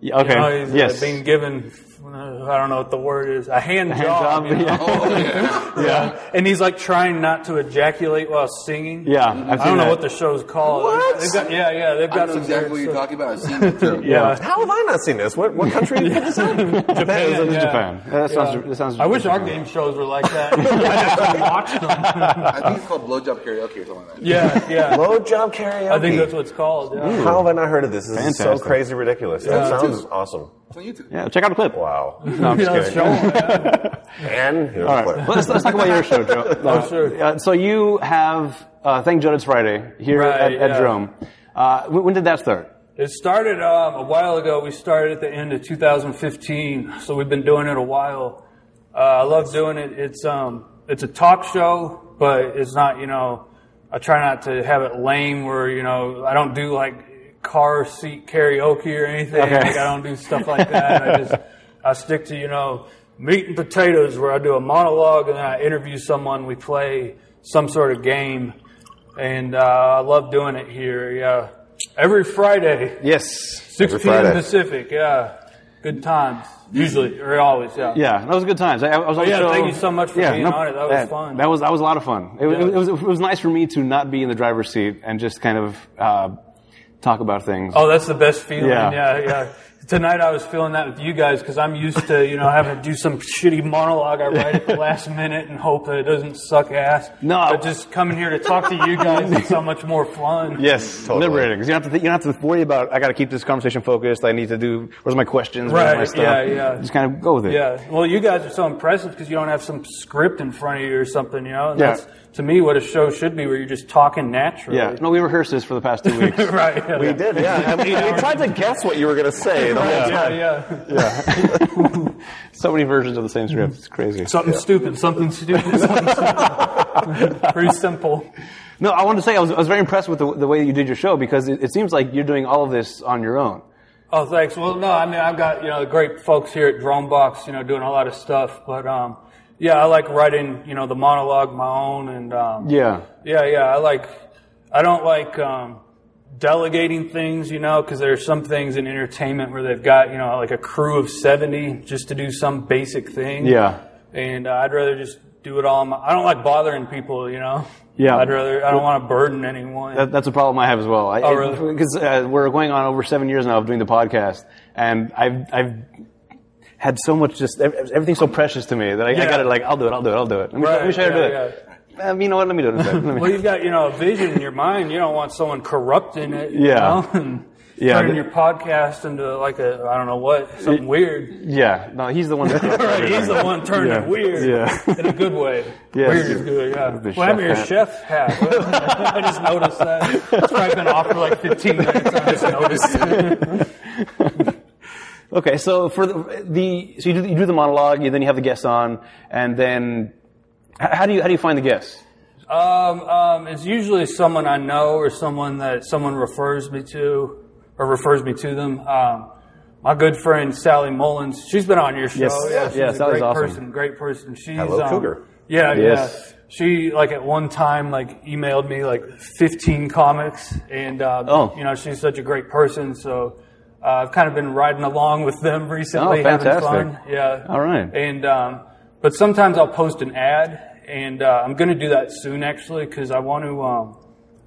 Speaker 2: Yeah,
Speaker 3: you know,
Speaker 2: Okay.
Speaker 3: he's, uh,
Speaker 2: yes.
Speaker 3: being given. uh, I don't know what the word is. A hand,
Speaker 2: Hand job,
Speaker 3: job. you know?
Speaker 2: yeah.
Speaker 3: Yeah. <laughs> And he's like trying not to ejaculate while singing.
Speaker 2: Yeah, I've
Speaker 3: I
Speaker 2: seen
Speaker 3: don't know
Speaker 2: that.
Speaker 3: what the show's called.
Speaker 4: What?
Speaker 3: They've got, yeah, yeah. They've
Speaker 5: I
Speaker 3: got
Speaker 5: know
Speaker 3: some
Speaker 5: exactly what
Speaker 3: weird
Speaker 5: you're
Speaker 3: stuff.
Speaker 5: talking about. I've seen it too.
Speaker 2: Yeah.
Speaker 4: How have I not seen this? What what country did
Speaker 3: <laughs>
Speaker 4: this in?
Speaker 2: Japan,
Speaker 3: Yeah,
Speaker 2: is
Speaker 3: yeah.
Speaker 2: Japan. That sounds.
Speaker 3: Yeah.
Speaker 2: That sounds.
Speaker 3: I wish our game shows were like that. I just watched them.
Speaker 5: I think it's called blowjob karaoke or something like that.
Speaker 3: Yeah, yeah.
Speaker 4: Low job karaoke.
Speaker 3: I think that's what it's called. Yeah.
Speaker 4: How have I not heard of this? This is so
Speaker 2: Fantastic.
Speaker 4: crazy ridiculous.
Speaker 3: Yeah.
Speaker 4: That sounds awesome.
Speaker 5: It's on YouTube.
Speaker 2: Yeah. Check out a clip.
Speaker 3: <laughs>
Speaker 4: Wow.
Speaker 2: No, I'm just
Speaker 3: Yeah,
Speaker 2: kidding.
Speaker 3: show 'em. <laughs>
Speaker 4: and here's
Speaker 2: All right.
Speaker 4: Claire.
Speaker 2: Let's, let's talk about your show,
Speaker 3: <laughs>
Speaker 2: Joe. Uh,
Speaker 3: sure.
Speaker 2: uh, so you have uh, Thank Judd It's Friday here
Speaker 3: Right,
Speaker 2: at, at
Speaker 3: yeah.
Speaker 2: Drome. Uh, when, when did that start?
Speaker 3: It started um, a while ago. We started at the end of 2015, so we've been doing it a while. Uh, I love doing it. It's um, it's a talk show, but it's not. You know, I try not to have it lame where you know I don't do like car seat karaoke or anything.
Speaker 2: Okay.
Speaker 3: Like I don't do stuff like that. I just I stick to you know meat and potatoes where I do a monologue and then I interview someone. We play some sort of game, and uh, I love doing it here. Yeah, every Friday.
Speaker 2: Yes.
Speaker 3: 6
Speaker 4: Every
Speaker 3: p.m.
Speaker 4: Friday.
Speaker 3: Pacific, yeah. Good times. Usually, or always, yeah.
Speaker 2: Yeah, that was good times. I, I was on the
Speaker 3: Oh, yeah,
Speaker 2: show.
Speaker 3: thank you so much for being on it. That was fun.
Speaker 2: That was that was a lot of fun. It, was-
Speaker 3: Yeah.
Speaker 2: it was, it was nice for me to not be in the driver's seat and just kind of uh, talk about things.
Speaker 3: Oh, that's the best feeling,
Speaker 2: Yeah.
Speaker 3: yeah, yeah. Tonight I was feeling that with you guys because I'm used to, you know, having to do some shitty monologue I write at the last minute and hope that it doesn't suck ass.
Speaker 2: No.
Speaker 3: But just coming here to talk to you guys is so much more fun.
Speaker 2: Yes,
Speaker 4: Totally.
Speaker 2: liberating. 'Cause You don't have to. Th- you don't have to worry about. I got to keep this conversation focused. I need to do. Where's my questions? Where's my
Speaker 3: Right,
Speaker 2: stuff?
Speaker 3: yeah, yeah.
Speaker 2: Just kind of go with it.
Speaker 3: Yeah. Well, you guys are so impressive because you don't have some script in front of you or something, you know? And
Speaker 2: Yeah.
Speaker 3: That's, to me, what a show should be where you're just talking naturally.
Speaker 2: Yeah. No, we rehersed this for the past two weeks.
Speaker 3: <laughs> right. Yeah.
Speaker 4: We did, yeah. And we, we tried to guess what you were going to say the whole
Speaker 3: yeah,
Speaker 4: time.
Speaker 3: yeah.
Speaker 2: <laughs> so many versions of the same script. It's crazy.
Speaker 3: Something stupid, something stupid, something stupid. <laughs> Pretty simple.
Speaker 2: No, I wanted to say I was, I was very impressed with the, the way you did your show because it, it seems like you're doing all of this on your own.
Speaker 3: Oh, thanks. Well, no, I mean, I've got, you know, the great folks here at Dronebox, you know, doing a lot of stuff, but, um, yeah, I like writing, you know, the monologue my own and, um,
Speaker 2: Yeah.
Speaker 3: yeah, yeah, I like, I don't like, um, delegating things, you know, because there's some things in entertainment where they've got, you know, like a crew of 70 just to do some basic thing.
Speaker 2: Yeah.
Speaker 3: and uh, I'd rather just do it all. On my, I don't like bothering people, you know.
Speaker 2: Yeah.
Speaker 3: I'd rather. I don't want to burden anyone.
Speaker 2: That, that's a problem I have as well. I,
Speaker 3: Oh, really?
Speaker 2: Because uh, we're going on over seven years now of doing the podcast, and I've I've had so much just ev- everything's so precious to me that I, I
Speaker 3: Yeah.
Speaker 2: got to like I'll do it, I'll do it, I'll do it. Let me, let me try
Speaker 3: yeah,
Speaker 2: to do it. Um, you know what? Let me do it instead. Let me- <laughs>
Speaker 3: yeah. Well, you've got you know a vision in your mind. You don't want someone corrupting it. You
Speaker 2: Yeah.
Speaker 3: Know? And
Speaker 2: Yeah,
Speaker 3: Turning
Speaker 2: th-
Speaker 3: your podcast into like a I don't know what something weird.
Speaker 2: yeah. No, he's the one. <laughs>
Speaker 3: Right, he's the one turning
Speaker 2: Yeah.
Speaker 3: it weird
Speaker 2: Yeah. <laughs>
Speaker 3: in a good way.
Speaker 2: Yes.
Speaker 3: Weird is good, yeah.
Speaker 2: The
Speaker 3: Well, I'm your
Speaker 2: chef
Speaker 3: chef hat. <laughs> I just noticed that. That's where I've been off for like 15 minutes. I just noticed it.
Speaker 2: Okay, so for the, the so you do, you do the monologue, you, then you have the guests on, and then h- how do you how do you find the guests?
Speaker 3: Um, um, it's usually someone I know or someone that someone refers me to or refers me to them. Um, my good friend Sally Mullins, she's been on your show.
Speaker 2: Yes.
Speaker 3: yeah, she's
Speaker 2: Yeah,
Speaker 3: a
Speaker 2: Sally's
Speaker 3: great
Speaker 2: awesome.
Speaker 3: person, great person. She's
Speaker 4: Hello,
Speaker 3: um,
Speaker 4: Cougar.
Speaker 3: Yeah,
Speaker 2: Yes.
Speaker 3: yeah. She like at one time like emailed me like 15 comics, and uh,
Speaker 2: Oh.
Speaker 3: you know she's such a great person. So uh, I've kind of been riding along with them <laughs> recently,
Speaker 2: Oh,
Speaker 3: having
Speaker 2: fantastic.
Speaker 3: fun. Yeah.
Speaker 2: All right.
Speaker 3: And um, but sometimes I'll post an ad, and uh, I'm going to do that soon actually because I want to. Um,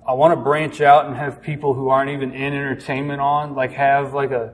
Speaker 3: I want to branch out and have people who aren't even in entertainment on, like have like a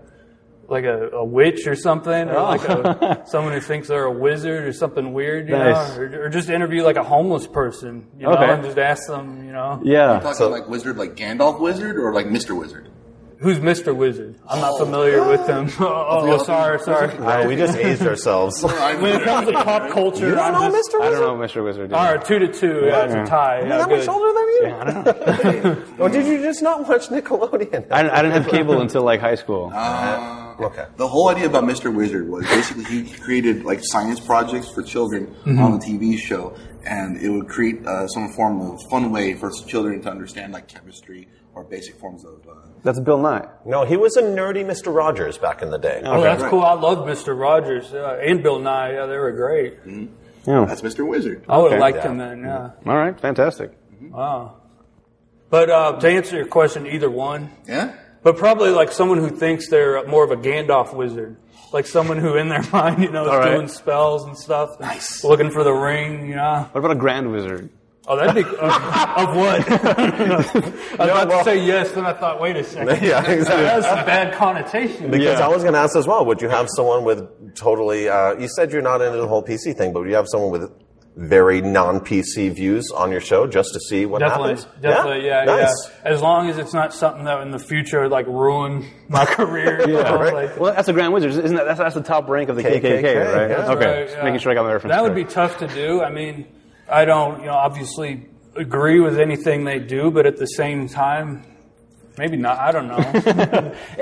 Speaker 3: like a, a witch or something, or
Speaker 2: <laughs>
Speaker 3: like a, someone who thinks they're a wizard or something weird, you
Speaker 2: Oh. Nice.
Speaker 3: know, or, or just interview like a homeless person, you know,
Speaker 2: Okay.
Speaker 3: and just ask them, you know,
Speaker 2: Yeah.
Speaker 5: Talking like wizard, like Gandalf wizard, or like Mister Wizard.
Speaker 3: who's Mr. Wizard? I'm not familiar with them. <laughs> oh, oh, oh, sorry, sorry.
Speaker 4: Uh, we just aged <laughs> ourselves.
Speaker 3: When it comes to pop culture, I'm just,
Speaker 2: I don't know, Mr. Wizard.
Speaker 3: all right, two to two, yeah, it's a tie. Yeah,
Speaker 4: How much
Speaker 3: good.
Speaker 4: older than you? <laughs> or did you just not watch Nickelodeon?
Speaker 2: I, didn't- I didn't have cable until like high
Speaker 3: <laughs>
Speaker 2: school.
Speaker 4: <laughs> okay.
Speaker 5: The whole idea about Mr. Wizard was basically he created like science projects for children on the TV show, and it would create uh, some form of fun way for children to understand like chemistry or basic forms of. Uh,
Speaker 2: That's Bill Nye.
Speaker 4: No, he was a nerdy Mr. Rogers back in the day.
Speaker 3: Oh, that's
Speaker 5: Right.
Speaker 3: cool. I love Mr. Rogers yeah, and Bill Nye. Yeah, they were great.
Speaker 2: Yeah.
Speaker 5: that's Mr. Wizard.
Speaker 3: I would have liked
Speaker 4: Yeah.
Speaker 3: him then. Yeah.
Speaker 2: All right. Fantastic.
Speaker 3: Wow. But uh, to answer your question, either one.
Speaker 5: Yeah.
Speaker 3: But probably like someone who thinks they're more of a Gandalf wizard, like someone who in their <laughs> mind, you know, is
Speaker 2: All right.
Speaker 3: doing spells and stuff, and
Speaker 5: Nice.
Speaker 3: looking for the ring, you know.
Speaker 2: What about a Grand Wizard?
Speaker 3: Oh, that'd be of, <laughs> of what? I was about
Speaker 4: well-
Speaker 3: to say yes, then I thought, wait a second, <laughs>
Speaker 4: <laughs> yeah, exactly.
Speaker 3: that's a bad connotation.
Speaker 4: Because
Speaker 2: Yeah.
Speaker 4: I was going to ask as well, would you have someone with totally, uh, you said you're not into the whole PC thing, but would you have someone with very non-PC views on your show just to see what
Speaker 3: Definitely,
Speaker 4: happens?
Speaker 3: definitely, yeah, yeah,
Speaker 4: Nice.
Speaker 3: As long as it's not something that in the future would, like ruin <laughs> my career. you know,
Speaker 4: right.
Speaker 3: like-
Speaker 2: Well, that's a Grand Wizard, isn't that? That's, that's the top rank of the KKK,
Speaker 4: KKK,
Speaker 2: right?
Speaker 4: that's
Speaker 2: okay.
Speaker 3: right,
Speaker 2: Just
Speaker 3: yeah.
Speaker 2: making sure I got my reference.
Speaker 3: That would be
Speaker 2: correct.
Speaker 3: tough to do. I mean, I don't, you know, obviously agree with anything they do, but at the same time, maybe not. I
Speaker 2: <laughs>
Speaker 3: don't know.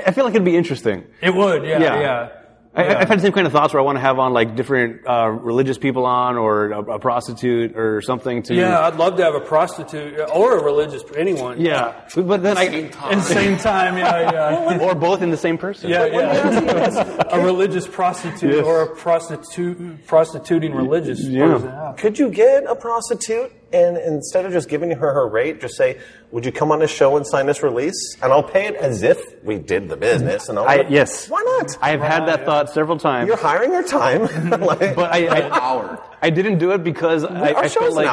Speaker 2: I feel like it'd be interesting.
Speaker 3: it would, yeah,
Speaker 2: Yeah.
Speaker 3: yeah.
Speaker 2: I,
Speaker 3: Yeah.
Speaker 2: I've had the same kind of thoughts where I want to have on like different uh, religious people on, or a, a prostitute, or something to.
Speaker 3: Yeah, I'd love to have a prostitute or a religious anyone.
Speaker 2: Yeah. But- But then I,
Speaker 5: Same time.
Speaker 3: At the same time,
Speaker 2: <laughs>
Speaker 3: yeah, yeah.
Speaker 2: or both in the same person.
Speaker 3: Yeah, yeah. <laughs> a religious prostitute
Speaker 2: Yes.
Speaker 3: or a prostitute prostituting religious
Speaker 2: yeah.
Speaker 3: person. Yeah.
Speaker 4: Could you get a prostitute and instead of just giving her her rate, just say, would you come on a show and sign this release? And I'll pay it as if we did the business. And I'll
Speaker 2: I, yes.
Speaker 4: Why not?
Speaker 2: I have had that thought several times.
Speaker 4: You're hiring
Speaker 2: <laughs>
Speaker 4: your time. <laughs> like,
Speaker 2: but I, I,
Speaker 5: Hour.
Speaker 2: I didn't do it because I,
Speaker 4: our
Speaker 2: I
Speaker 4: show
Speaker 2: felt
Speaker 4: is
Speaker 2: like
Speaker 4: an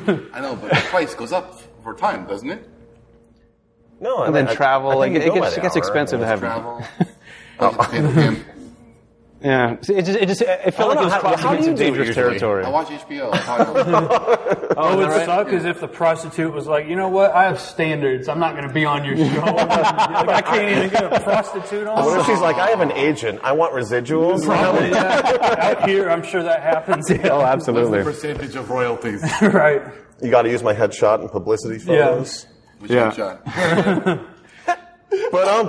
Speaker 4: hour.
Speaker 2: <laughs>
Speaker 5: I know, but the price goes up for time, doesn't it?
Speaker 4: No,
Speaker 2: and then travel. like it gets, it gets expensive to have.
Speaker 5: <laughs> Travel. I just pay the damn-
Speaker 2: Yeah, See, it just it just it felt
Speaker 4: I don't
Speaker 2: like it
Speaker 4: know,
Speaker 2: was
Speaker 4: how-
Speaker 2: crossing
Speaker 4: how do
Speaker 2: into
Speaker 4: you do it
Speaker 2: dangerous
Speaker 4: usually?
Speaker 2: territory.
Speaker 5: I watch HBO. that's how
Speaker 3: <laughs>
Speaker 5: I know.
Speaker 3: Oh, it would suck is if the prostitute was like, you know what? I have standards. I'm not going to be on your show. <laughs> like, I can't even get a prostitute on.
Speaker 4: <laughs> What if she's like, I have an agent. I want
Speaker 2: <laughs>
Speaker 4: residuals.
Speaker 3: Probably, yeah. Out here, I'm sure that happens. <laughs>
Speaker 2: oh, absolutely.
Speaker 5: percentage of royalties.
Speaker 3: right.
Speaker 4: You got to use my headshot and publicity photos.
Speaker 5: Which
Speaker 2: Yeah.
Speaker 5: one, John?
Speaker 4: But I'm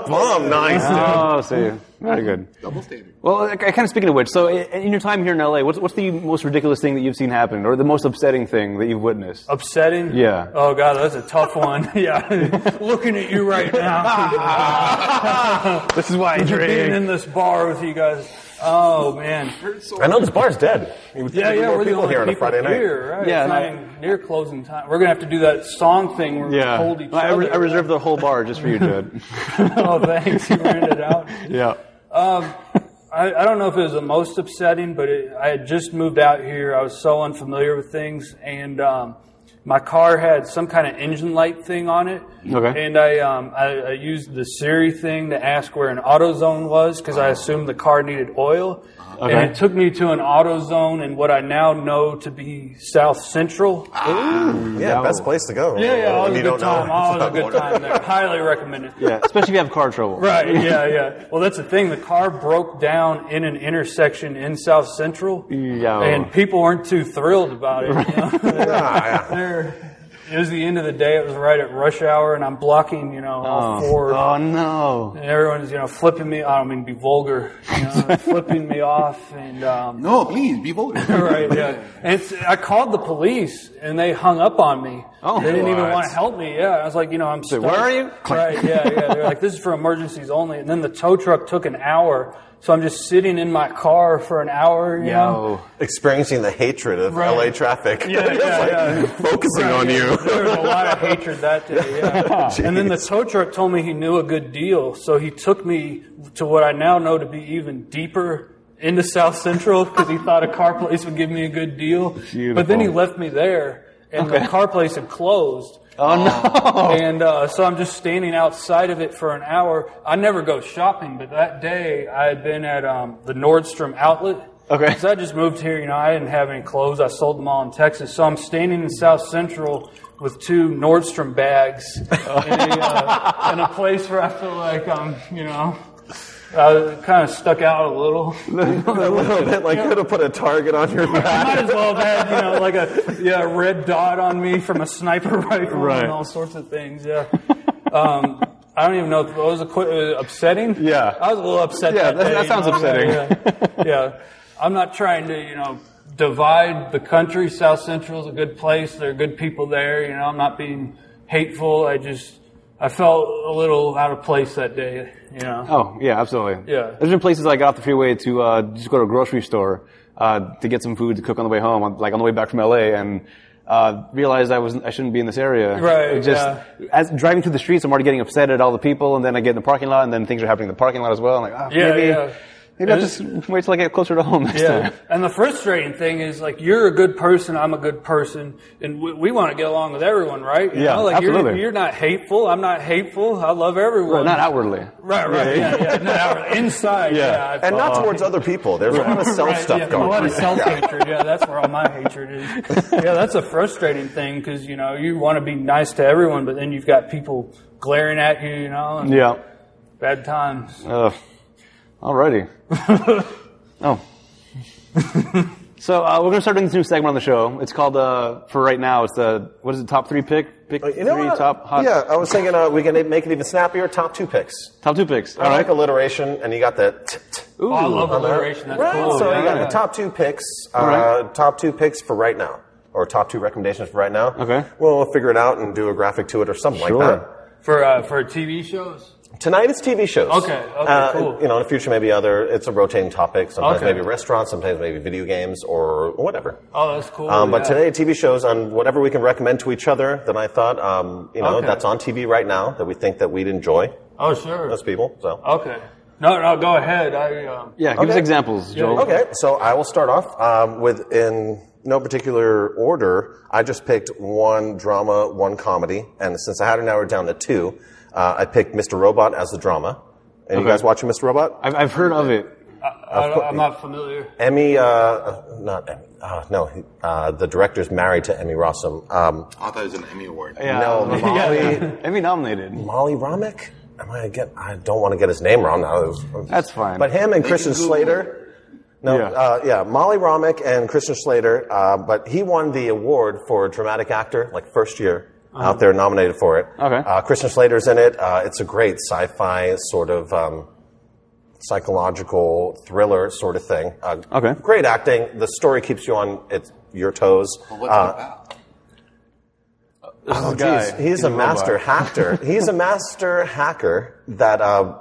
Speaker 2: <laughs>
Speaker 4: bummed. Nice.
Speaker 2: Oh, see, very good.
Speaker 5: Double standard.
Speaker 2: Well, I- I kind of speaking of which, so i- in your time here in LA, what's what's the most ridiculous thing that you've seen happen, or the most upsetting thing that you've
Speaker 3: <laughs>
Speaker 2: witnessed?
Speaker 3: Upsetting.
Speaker 2: Yeah.
Speaker 3: Oh God, that's a tough one. <laughs>
Speaker 4: <laughs>
Speaker 3: yeah. Looking at you right <laughs> now.
Speaker 2: This is why I
Speaker 3: Being in this bar with you guys. Oh man.
Speaker 4: I know this bar's dead. You would
Speaker 3: Yeah,
Speaker 4: think there'd be
Speaker 3: yeah,
Speaker 4: more
Speaker 3: we're the
Speaker 4: people
Speaker 3: only
Speaker 4: here on a
Speaker 3: people
Speaker 4: Friday night.
Speaker 3: here, right?
Speaker 2: Yeah,
Speaker 3: it's not
Speaker 2: no.
Speaker 3: even near closing time. We're gonna have to do that song thing where
Speaker 2: Yeah,
Speaker 3: we hold each
Speaker 2: I,
Speaker 3: other.
Speaker 2: re- I reserved the whole bar just for you, <laughs> Judd.
Speaker 3: oh, thanks. You ran it <laughs> out.
Speaker 2: <laughs> yeah.
Speaker 3: Um, I, I don't know if it was the most upsetting, but it, I had just moved out here. I was so unfamiliar with things, and um, my car had some kind of engine light thing on it.
Speaker 2: Okay.
Speaker 3: And I, um, I, I used the Siri thing to ask where an AutoZone was because I assumed the car needed oil.
Speaker 2: Uh-huh. Okay.
Speaker 3: And it took me to an AutoZone in what I now know to be South Central.
Speaker 4: Yeah, best place to go.
Speaker 3: Yeah, yeah,
Speaker 4: When
Speaker 3: always
Speaker 4: you
Speaker 3: a good
Speaker 4: don't know.
Speaker 3: time. Always a good time there. Highly recommend it.
Speaker 2: Yeah, especially if you have car trouble.
Speaker 3: Right, yeah, yeah. Well, that's the thing. The car broke down in an intersection in South Central,
Speaker 2: Yeah.
Speaker 3: and people weren't too thrilled about it. You know?
Speaker 4: Ah, yeah.
Speaker 3: They're- it was the end of the day. It was right at rush hour, and I'm blocking, you know, all four.
Speaker 2: Oh no.
Speaker 3: And everyone's, you know, flipping me. I don't mean to be vulgar. You know, flipping me off, and um,
Speaker 5: No, please be voted.
Speaker 3: <laughs> right, yeah. And it's, I called the police, and they hung up on me.
Speaker 2: Oh,
Speaker 3: they didn't even
Speaker 4: what?
Speaker 3: want to help me. Yeah, I was like, you know, I'm. Stuck.
Speaker 2: where are you?
Speaker 3: Right. Yeah, yeah. They're like, this is for emergencies only. And then the tow truck took an hour So I'm just sitting in my car for an hour, you know?
Speaker 2: Yo.
Speaker 4: Experiencing the hatred of
Speaker 3: Right.
Speaker 4: LA traffic.
Speaker 3: Yeah,
Speaker 4: <laughs> It's
Speaker 3: yeah,
Speaker 4: like
Speaker 3: yeah.
Speaker 4: Focusing on
Speaker 3: <laughs> There was a
Speaker 4: you.
Speaker 3: lot of hatred that day.
Speaker 4: <laughs>
Speaker 3: Yeah. and then the tow truck told me he knew a good deal, so he took me to what I now know to be even deeper into South Central because he thought a car place would give me a good deal. But then he
Speaker 2: Beautiful.
Speaker 3: left me there, and the car place had closed.
Speaker 2: Oh no!
Speaker 3: And uh, so I'm just standing outside of it for an hour. I never go shopping, but that day I had been at um, the Nordstrom outlet.
Speaker 2: Okay.
Speaker 3: So I just moved here, you know, I didn't have any clothes. I sold them all in Texas. So I'm standing in South Central with two Nordstrom bags <laughs> in, a, uh, in a place where I feel like I'm, you know, I kind of stuck out a little.
Speaker 4: a little bit <laughs> like could have put a target on your
Speaker 3: I might
Speaker 4: back.
Speaker 3: as well have had, you know, like a yeah, a red dot on me from a sniper <laughs> rifle
Speaker 2: Right.
Speaker 3: and all sorts of things. Yeah. Um, I don't even know. if It was a qu- uh, upsetting.
Speaker 2: Yeah.
Speaker 3: I was a little upset.
Speaker 2: Yeah, that-
Speaker 3: day,
Speaker 2: that
Speaker 3: you
Speaker 2: sounds
Speaker 3: know?
Speaker 2: upsetting.
Speaker 3: Yeah, yeah. I'm not trying to, you know, divide the country. South Central is a good place. There are good people there. You know, I'm not being hateful. I just, I felt a little out of place that day. You know.
Speaker 2: Oh yeah, absolutely.
Speaker 3: Yeah.
Speaker 2: There's been places I got off the freeway to uh, just go to a grocery store uh, to get some food to cook on the way home, on- like on the way back from LA, and uh, realized I was I shouldn't be in this area.
Speaker 3: Right,
Speaker 2: It just as driving through the streets, I'm already getting upset at all the people, and then I get in the parking lot, and then things are happening in the parking lot as well. I'm like, ah,
Speaker 3: Yeah,
Speaker 2: maybe
Speaker 3: yeah.
Speaker 2: maybe I'll
Speaker 3: It's-
Speaker 2: just wait till I get closer to home next
Speaker 3: Yeah.
Speaker 2: time.
Speaker 3: And the frustrating thing is, like, you're a good person, I'm a good person, and we, we want to get along with everyone, right? You
Speaker 2: Yeah,
Speaker 3: Like, You're,
Speaker 2: absolutely.
Speaker 3: you're not hateful. I'm not hateful. I love everyone.
Speaker 2: Well, not outwardly.
Speaker 3: Right, right. Yeah, yeah. Not outward. Inside, yeah. I
Speaker 4: And not
Speaker 3: follow.
Speaker 4: towards other people. There's a lot of self
Speaker 3: Oh. Right,
Speaker 4: stuff
Speaker 3: yeah,
Speaker 4: going
Speaker 3: A lot
Speaker 4: on. <laughs>
Speaker 3: of self hatred. Yeah, that's where all my hatred is. Yeah, that's a frustrating thing because, you know, you want to be nice to everyone, but then you've got people glaring at you, you know, and
Speaker 2: Yeah.
Speaker 3: bad times.
Speaker 2: Uh,
Speaker 4: <laughs>
Speaker 2: alrighty. oh. so uh, we're gonna start doing this new segment on the show. It's called uh, for right now. It's the what is it? Top three pick. Pick
Speaker 4: Uh, You know
Speaker 2: three
Speaker 4: what?
Speaker 2: top hot.
Speaker 4: Yeah, I was thinking uh, we can make it even snappier. Top two picks.
Speaker 2: Top two picks.
Speaker 4: I
Speaker 2: All right.
Speaker 4: like alliteration, and you got that. t- t-
Speaker 3: Oh, I love
Speaker 4: on there.
Speaker 3: alliteration. That's
Speaker 4: right.
Speaker 3: cool.
Speaker 4: So
Speaker 3: yeah.
Speaker 4: you got the top two picks. Uh,
Speaker 2: Alright.
Speaker 4: Top two picks for right now, or top two recommendations for right now.
Speaker 2: Okay.
Speaker 4: Well, we'll figure it out and do a graphic to it or something
Speaker 2: Sure.
Speaker 4: like that.
Speaker 3: For, uh, for TV shows?
Speaker 4: Tonight it's TV shows.
Speaker 3: Okay, okay,
Speaker 4: Uh,
Speaker 3: cool.
Speaker 4: You know, in the future maybe other. It's a rotating topic. Sometimes
Speaker 3: Okay.
Speaker 4: maybe restaurants. Sometimes maybe video games or whatever.
Speaker 3: Oh, that's cool.
Speaker 4: Um, but
Speaker 3: yeah.
Speaker 4: today, TV shows on whatever we can recommend to each other. Then I thought, um, you know,
Speaker 3: Okay.
Speaker 4: that's on TV right now that we think that we'd enjoy
Speaker 3: Oh, sure.
Speaker 4: as people. So
Speaker 3: Okay. No, no, go ahead. I, um,
Speaker 2: Yeah. Give us
Speaker 4: Okay.
Speaker 2: examples,
Speaker 3: Oh.
Speaker 2: Joel.
Speaker 4: okay, so I will start off um, with in no particular order. I just picked one drama, one comedy, and since I had an hour down to two, uh, I picked Mr. Robot as the drama. And you
Speaker 2: Okay.
Speaker 4: guys watching Mr. Robot?
Speaker 2: I've, I've heard of it.
Speaker 3: I, I'm not familiar.
Speaker 4: Emmy, uh, uh, not Emmy. Uh, no, he- uh, the director's married to Emmy Rossum. Um,
Speaker 5: I thought it was an Emmy Award.
Speaker 2: Yeah.
Speaker 4: no, Molly.
Speaker 2: <laughs> Emmy nominated.
Speaker 4: Molly Romick? Am I get? I don't want to get his name wrong now. It was-
Speaker 2: That's fine.
Speaker 4: But him and
Speaker 5: They
Speaker 4: Christian
Speaker 5: can Google it.
Speaker 4: Slater. No,
Speaker 2: Yeah.
Speaker 4: yeah. Uh, yeah, Molly Romick and Christian Slater. Uh, but he won the award for dramatic actor, like first year out there nominated for it.
Speaker 2: Uh-huh. Okay.
Speaker 4: Uh, Christian Slater's in it. Uh, it's a great sci-fi sort of. Um, psychological thriller sort of thing. Uh,
Speaker 2: Okay.
Speaker 4: Great acting. The story keeps you on it's, your toes.
Speaker 5: But what's
Speaker 4: Uh,
Speaker 5: it about?
Speaker 2: Oh,
Speaker 4: Jeez, he's, a, master hacker. He's a master hacker that, uh,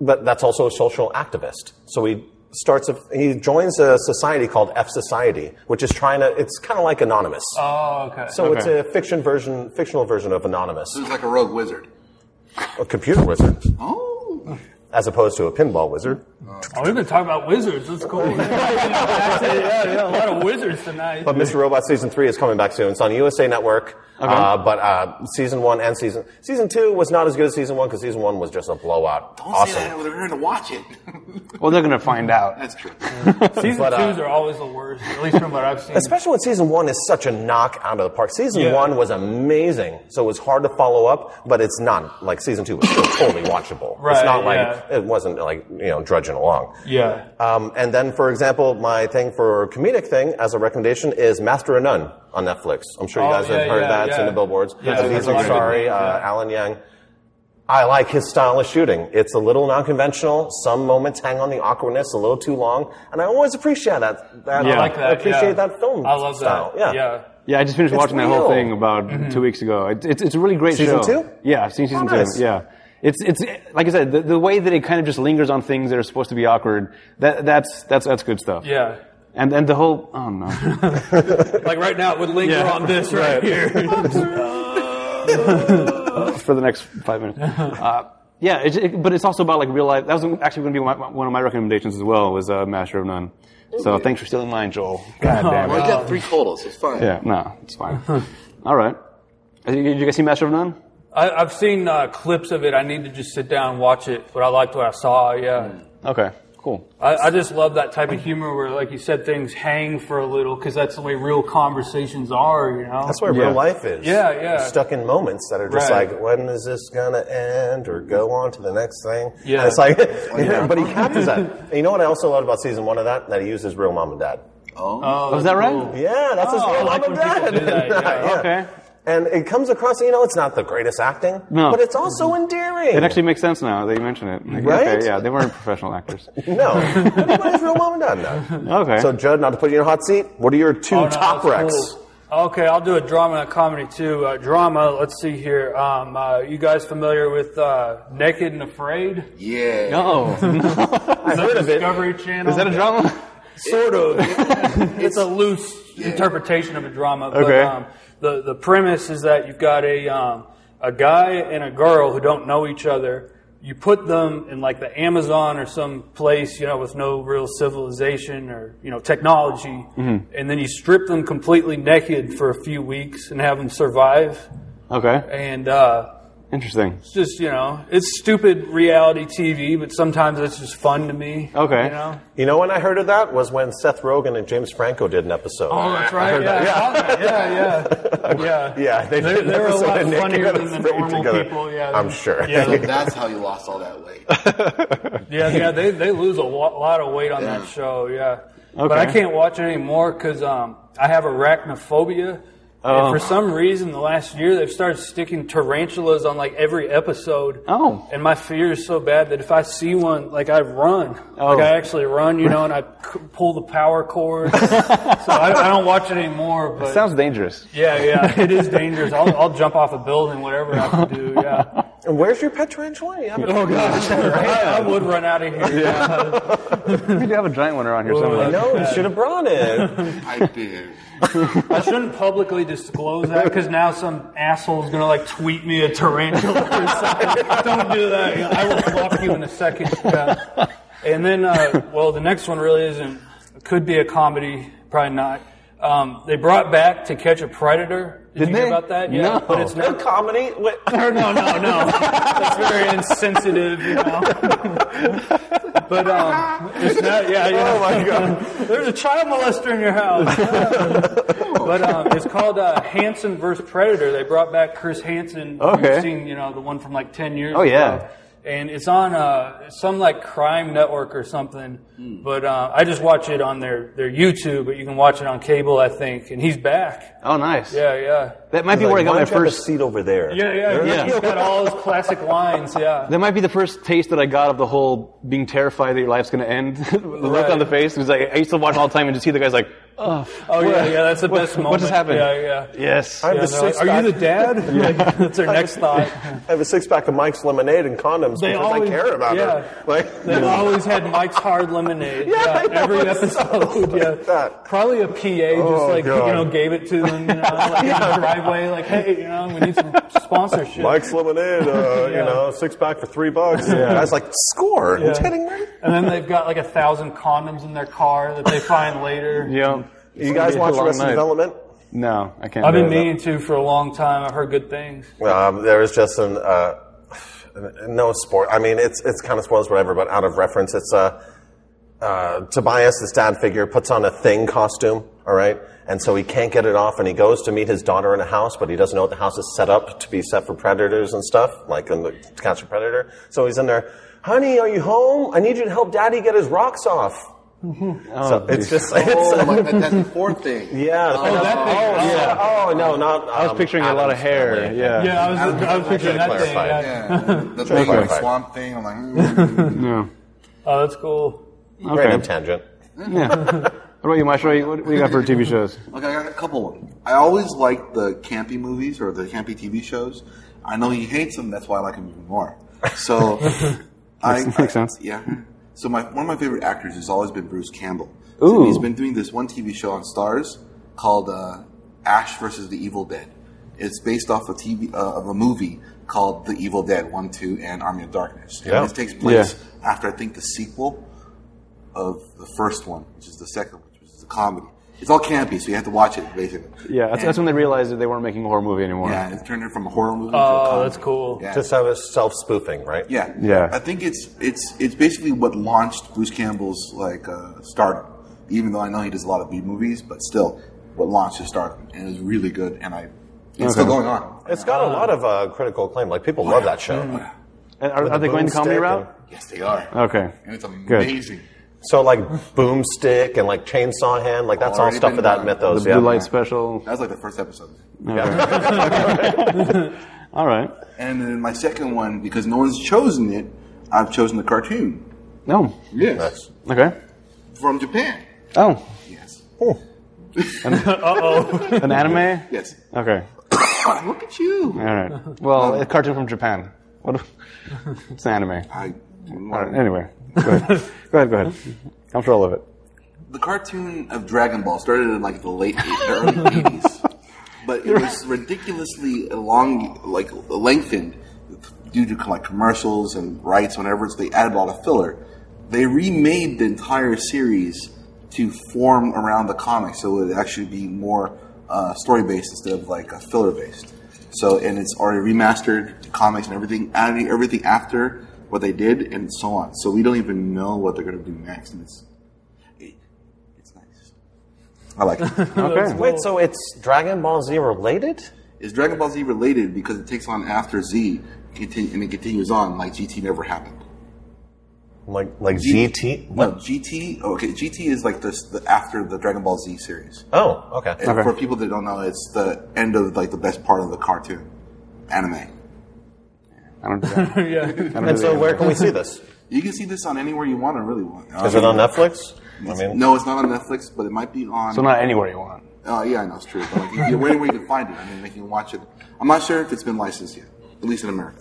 Speaker 4: but that's also a social activist. So he starts a, he joins a society called F Society, which is trying to. It's kind of like Anonymous.
Speaker 3: Oh, okay.
Speaker 4: so it's
Speaker 2: okay.
Speaker 4: a fiction version, fictional version of Anonymous,
Speaker 5: It was like a rogue wizard.
Speaker 4: a computer wizard,
Speaker 5: Oh.
Speaker 4: as opposed to a pinball wizard.
Speaker 3: oh, we've been talking about wizards. That's cool.
Speaker 4: <laughs>
Speaker 3: yeah, yeah, yeah, a lot of wizards tonight.
Speaker 4: But Mr. Robot season three is coming back soon. It's on USA Network. Uh, but uh, season one and season season two was not as good as season one because season one was just a blowout.
Speaker 5: Don't
Speaker 4: awesome.
Speaker 5: say that. We're going to watch it. <laughs>
Speaker 2: Well, they're gonna find out.
Speaker 5: That's true.
Speaker 3: Season
Speaker 4: but, uh,
Speaker 3: twos are always the worst, at least from what I've seen.
Speaker 4: Especially when season one is such a knock out of the park. Season
Speaker 3: Yeah.
Speaker 4: one was amazing, so it was hard to follow up, but it's not like season two was still totally watchable.
Speaker 3: Right,
Speaker 4: it's not like
Speaker 3: yeah.
Speaker 4: it wasn't like you know drudging along.
Speaker 3: Yeah.
Speaker 4: Um, and then, for example, my thing for comedic thing as a recommendation is Master of None on Netflix. I'm sure you
Speaker 3: Oh,
Speaker 4: guys
Speaker 3: yeah,
Speaker 4: have heard
Speaker 3: yeah,
Speaker 4: that
Speaker 3: yeah.
Speaker 4: in the billboards.
Speaker 3: Yeah, I've
Speaker 4: Aziz
Speaker 3: heard a lot of good
Speaker 4: Ansari,
Speaker 3: things,
Speaker 4: uh,
Speaker 3: yeah.
Speaker 4: Alan Yang. I like his style of shooting. It's a little non-conventional. Some moments hang on the awkwardness a little too long, and I always appreciate that. that uh,
Speaker 2: Yeah.
Speaker 3: I like that.
Speaker 4: appreciate
Speaker 3: yeah.
Speaker 4: that film.
Speaker 3: I love
Speaker 4: style.
Speaker 3: that.
Speaker 4: Yeah.
Speaker 3: Yeah.
Speaker 2: Yeah, I just finished
Speaker 4: It's
Speaker 2: watching that whole
Speaker 4: real.
Speaker 2: thing about two weeks ago. It, it's it's a really great
Speaker 4: Mm-hmm. Season
Speaker 2: show.
Speaker 4: two?
Speaker 2: Yeah, I've seen season
Speaker 4: Oh, nice.
Speaker 2: two. Yeah, It's it's like I said, the, the way that it kind of just lingers on things that are supposed to be awkward. That that's that's that's good stuff.
Speaker 3: Yeah.
Speaker 2: And and the whole oh no. <laughs>
Speaker 3: Like right now, it would linger
Speaker 2: Yeah.
Speaker 3: on this
Speaker 2: Right.
Speaker 3: right, here. <laughs>
Speaker 2: for the next five
Speaker 4: <laughs>
Speaker 2: minutes. Uh, yeah, it's it, but it's also about like real life. That was actually going to be my, my- one of my recommendations as well. Was uh, Master of None. So thanks for stealing mine, Joel. God
Speaker 4: <laughs> Oh
Speaker 2: damn
Speaker 5: Well, I
Speaker 2: it.
Speaker 5: got three totals. It's fine.
Speaker 2: Yeah, no, it's fine. All right. Uh, you- you guys see Master of None?
Speaker 3: I, I've seen uh, clips of it. I need to just sit down and watch it, but I liked what I saw. Yeah.
Speaker 4: Hmm.
Speaker 2: Okay, cool.
Speaker 4: Oh,
Speaker 3: I, I just love that type of humor where, like you said, things hang for a little because that's the way real conversations are, you know?
Speaker 4: That's where
Speaker 2: Yeah.
Speaker 4: real life is.
Speaker 3: Yeah, yeah.
Speaker 4: You're stuck in moments that are just
Speaker 3: Right.
Speaker 4: like, when is this gonna end, or go on to the next thing.
Speaker 3: Yeah.
Speaker 4: And it's like, <laughs> but he captures that. And you know what I also loved about season one of that? That he used his real mom and dad.
Speaker 3: Oh,
Speaker 2: Was that right?
Speaker 4: Yeah, that's his
Speaker 3: Oh, I
Speaker 4: real
Speaker 3: like
Speaker 4: mom and
Speaker 3: when people
Speaker 4: dad.
Speaker 3: do that,
Speaker 4: <laughs>
Speaker 3: yeah.
Speaker 2: Okay.
Speaker 4: And it comes across, you know, it's not the greatest acting,
Speaker 2: No.
Speaker 4: but it's also endearing.
Speaker 2: It actually makes sense now that you mention it. Like,
Speaker 4: Right?
Speaker 2: Okay, yeah, they weren't professional
Speaker 4: <laughs>
Speaker 2: actors. <laughs>
Speaker 4: no, everybody's real mom and dad now.
Speaker 2: Okay.
Speaker 4: So, Judd, not to put you in a hot seat, what are your two
Speaker 3: Oh, no,
Speaker 4: top
Speaker 3: that's
Speaker 4: recs?
Speaker 3: cool. Okay, I'll do a drama and a comedy too. Uh, drama, let's see here. Um, uh, you guys familiar with uh, Naked and Afraid?
Speaker 5: Yeah.
Speaker 2: oh,
Speaker 4: I've heard of it.
Speaker 3: Discovery
Speaker 2: <laughs>
Speaker 3: Channel?
Speaker 2: is that a drama?
Speaker 3: sort of. it's a loose interpretation of a drama. But,
Speaker 2: Okay.
Speaker 3: Um, the the premise is that you've got a um, a guy and a girl who don't know each other. You put them in like the Amazon or some place, you know, with no real civilization or you know technology,
Speaker 2: Mm-hmm.
Speaker 3: and then you strip them completely naked for a few weeks and have them survive.
Speaker 2: Okay,
Speaker 3: And uh,
Speaker 2: interesting.
Speaker 3: it's just you know, it's stupid reality TV, but sometimes it's just fun to me.
Speaker 2: Okay.
Speaker 3: You know?
Speaker 4: You know when I heard of that was when Seth Rogen and James Franco did an episode.
Speaker 3: Oh, that's right. Yeah, yeah, yeah, yeah.
Speaker 4: Yeah, they
Speaker 3: They're-
Speaker 4: did an
Speaker 3: they're a
Speaker 4: episode
Speaker 3: lot
Speaker 4: of Naked
Speaker 3: funnier
Speaker 4: and
Speaker 3: than the
Speaker 4: Afraid
Speaker 3: normal
Speaker 4: together.
Speaker 3: people, yeah,
Speaker 4: I'm
Speaker 3: they're-
Speaker 4: sure.
Speaker 3: yeah,
Speaker 5: <laughs> So that's how you lost all that weight.
Speaker 3: yeah, yeah. They they lose a wa- lot of weight on that
Speaker 5: Yeah.
Speaker 3: show. Yeah, but
Speaker 2: Okay.
Speaker 3: I can't watch it anymore because um, I have arachnophobia.
Speaker 2: Oh.
Speaker 3: And for some reason, the last year they've started sticking tarantulas on like every episode.
Speaker 2: Oh.
Speaker 3: And my fear is so bad that if I see one, like I run.
Speaker 2: Oh.
Speaker 3: Like I actually run, you know, and I c- pull the power cord. so I, I don't watch it anymore. But
Speaker 2: Sounds dangerous.
Speaker 3: yeah,
Speaker 4: <laughs>
Speaker 3: yeah, it is dangerous. I'll, I'll jump off a building, whatever I have to do. Yeah.
Speaker 4: <laughs> And where's your pet tarantula? You haven't-
Speaker 3: Oh
Speaker 4: <laughs>
Speaker 3: gosh, I, I would run out of here.
Speaker 2: We do have a giant one around here somewhere.
Speaker 4: no, you should have brought it.
Speaker 5: I did.
Speaker 3: I shouldn't publicly disclose that because now some asshole's gonna like tweet me a tarantula or something. Don't do that. I will block you in a second. Yeah. And then, uh, well, the next one really isn't. Could be a comedy, probably not. Um, they brought back to catch a predator. Did
Speaker 2: Did
Speaker 3: you
Speaker 2: they?
Speaker 3: hear about that? Yeah,
Speaker 2: No.
Speaker 3: but it's
Speaker 4: No
Speaker 3: not.
Speaker 4: comedy.
Speaker 3: <laughs>
Speaker 4: Wait,
Speaker 3: Or no, no, no. That's very insensitive, you know. but um, it's not. Yeah, yeah.
Speaker 4: Oh my god.
Speaker 3: <laughs> There's a child molester in your house. but um, it's called uh, Hanson versus Predator. They brought back Chris Hansen.
Speaker 2: Okay.
Speaker 3: You've seen, you know, the one from like 10 years
Speaker 2: Oh, yeah.
Speaker 3: ago. And it's on uh, some like crime network or something. But uh, I just watch it on their, their YouTube, but you can watch it on cable, I think. And he's back.
Speaker 2: Oh, nice.
Speaker 3: Yeah, yeah.
Speaker 2: That might be where I
Speaker 4: Like,
Speaker 2: got
Speaker 4: why
Speaker 2: my
Speaker 4: don't you have a
Speaker 2: first.
Speaker 4: seat over there.
Speaker 3: Yeah, yeah,
Speaker 4: There-
Speaker 3: yeah.
Speaker 2: Yeah.
Speaker 3: He's got all his classic lines, yeah.
Speaker 2: That might be the first taste that I got of the whole being terrified that your life's going to end. <laughs> the look
Speaker 3: Right.
Speaker 2: on the face. It was like, I used to watch it all the time and just see the guys like, oh,
Speaker 3: Oh, yeah, yeah, that's the
Speaker 2: what-
Speaker 3: best
Speaker 2: what
Speaker 3: moment.
Speaker 2: just happened?
Speaker 3: Yeah, yeah.
Speaker 2: yes.
Speaker 4: I have
Speaker 3: Yeah,
Speaker 4: a
Speaker 3: they're like,
Speaker 4: six
Speaker 3: Are you the
Speaker 4: pack- <laughs>
Speaker 3: dad? Like, <laughs> that's their next thought.
Speaker 4: I have a six pack of Mike's lemonade and condoms
Speaker 3: They
Speaker 4: because
Speaker 3: always-
Speaker 4: I care about
Speaker 3: yeah.
Speaker 4: her. <laughs> Like,
Speaker 3: They've always had Mike's Hard Lemonade.
Speaker 4: <laughs> Yeah, I know,
Speaker 3: every
Speaker 4: it's
Speaker 3: episode.
Speaker 4: like
Speaker 3: yeah,
Speaker 4: that.
Speaker 3: probably a PA just
Speaker 4: Oh,
Speaker 3: like you
Speaker 4: God.
Speaker 3: know gave it to them,
Speaker 4: <laughs>
Speaker 3: you know, like in the driveway, like hey, you know, we need some sponsorship.
Speaker 4: <laughs> Mike's lemonade.
Speaker 3: <laughs> Yeah.
Speaker 4: Uh, You know, six pack for three bucks. Yeah. I was like, score. Are you
Speaker 3: Yeah.
Speaker 4: kidding me?
Speaker 3: And then they've got like a thousand condoms in their car that they find later.
Speaker 2: Yeah.
Speaker 4: You guys watch Arrested Development?
Speaker 2: No, I can't.
Speaker 3: I've been
Speaker 2: do that.
Speaker 3: meaning to for a long time. I've heard good things.
Speaker 4: Um, there is just an uh, no sport. I mean, it's it's kind of spoils whatever, but out of reference, it's uh, uh, Tobias, this dad figure, puts on a thing costume. All right, and so he can't get it off, and he goes to meet his daughter in a house, but he doesn't know what the house is set up to be set for predators and stuff, like in the to catch a predator. So he's in there, honey, are you home? I need you to help daddy get his rocks off.
Speaker 2: Mm-hmm.
Speaker 4: so it's just <laughs> it's,
Speaker 5: Oh, my, that- that's the fourth thing.
Speaker 4: yeah. Oh,
Speaker 3: that thing.
Speaker 4: Oh, yeah. oh no, not.
Speaker 2: I was picturing a lot of hair. Yeah.
Speaker 3: Yeah, I was, I was picturing that thing.
Speaker 4: clarified.
Speaker 3: yeah.
Speaker 5: Yeah. That's like my
Speaker 4: Clarified.
Speaker 5: swamp thing. I'm like, mm.
Speaker 3: Oh, that's cool.
Speaker 2: Okay.
Speaker 4: Random tangent.
Speaker 2: Yeah. what about you, Maestro? What, what do you got for TV shows?
Speaker 5: okay, I got a couple. I always like the campy movies or the campy TV shows. I know he hates them. That's why I like him even more.
Speaker 2: <laughs>
Speaker 5: So I
Speaker 2: Makes-
Speaker 5: I-
Speaker 2: makes sense.
Speaker 5: Yeah. So my one of my favorite actors has always been Bruce Campbell.
Speaker 2: Ooh.
Speaker 5: So he's been doing this one TV show on Stars called uh, Ash versus the Evil Dead. It's based off a TV uh, of a movie called The Evil Dead One, Two, and Army of Darkness.
Speaker 4: Yeah.
Speaker 5: And this takes place after I think the sequel of the first one, which is the second one, which is the comedy. It's all campy, so you have to watch it basically.
Speaker 2: Yeah, that's,
Speaker 5: And-
Speaker 2: that's when they realized that they weren't making a horror movie anymore.
Speaker 5: yeah, it turned it from a horror movie to a
Speaker 3: Oh,
Speaker 5: comedy.
Speaker 3: that's cool.
Speaker 5: Yeah.
Speaker 4: Just have a self spoofing, right?
Speaker 5: Yeah,
Speaker 2: Yeah.
Speaker 5: I think it's it's it's basically what launched Bruce Campbell's like uh, stardom. Even though I know he does a lot of B movies, but still, what launched his stardom and it was really good. And I, it's still going on. Mm.
Speaker 4: It's got a lot of uh, critical acclaim. Like people love that show.
Speaker 2: And are,
Speaker 4: With
Speaker 2: are Mm-hmm. they
Speaker 4: the
Speaker 2: going the comedy
Speaker 4: boomstick
Speaker 2: route?
Speaker 5: Yes, they are.
Speaker 2: Okay.
Speaker 5: and it's
Speaker 2: Good.
Speaker 5: amazing.
Speaker 4: So like Boomstick and like Chainsaw Hand, like that's
Speaker 5: Already
Speaker 4: all stuff
Speaker 5: been
Speaker 4: of that
Speaker 5: done.
Speaker 2: The
Speaker 4: mythos.
Speaker 2: blue
Speaker 4: yeah.
Speaker 2: light special.
Speaker 5: That was like the first episode.
Speaker 4: <laughs> Yeah.
Speaker 2: All right.
Speaker 5: And then my second one, because no one's chosen it, I've chosen the cartoon.
Speaker 2: No.
Speaker 5: Yes,
Speaker 4: Nice.
Speaker 2: Okay.
Speaker 5: from Japan.
Speaker 2: Oh,
Speaker 5: Yes,
Speaker 2: <laughs> an anime.
Speaker 5: yes.
Speaker 2: Okay.
Speaker 5: Look at you.
Speaker 2: All <laughs> right. Well, a cartoon from Japan. What? a- <laughs> It's an anime.
Speaker 5: I
Speaker 2: All right. Anyway, go ahead. go ahead. Go ahead. I'm sure all of it.
Speaker 5: the cartoon of Dragon Ball started in like the late the early eighties, but it was ridiculously long, like lengthened due to like commercials and rights. Whenever it's, they added a lot of filler, they remade the entire series to form around the comic, so it would actually be more uh, story based instead of like a filler based. So and it's already remastered comics and everything, adding everything after what they did and so on. So we don't even know what they're going to do next, and it's it's nice. I
Speaker 4: <laughs>
Speaker 5: like it.
Speaker 2: Okay.
Speaker 4: Wait, so it's Dragon Ball Z related?
Speaker 5: Is Dragon Ball Z related because it takes on after Z continu- and it continues on like GT never happened?
Speaker 4: Like like GT?
Speaker 5: No, GT. oh, okay, GT is like this the after the Dragon Ball Z series.
Speaker 4: Oh, okay.
Speaker 5: And For people that don't know, it's the end of like the best part of the cartoon anime.
Speaker 2: I don't. do that.
Speaker 3: <laughs> yeah.
Speaker 2: I don't do
Speaker 4: And so
Speaker 2: the
Speaker 4: where can we see this?
Speaker 5: You can see this on anywhere you want or really want.
Speaker 4: Is it on Netflix? I mean,
Speaker 5: No, it's not on Netflix, but it might be on.
Speaker 2: So not anywhere you want.
Speaker 5: uh, yeah, I know it's true. But like, if you- where anywhere you can find it, I mean, they can watch it. I'm not sure if it's been licensed yet, at least in America.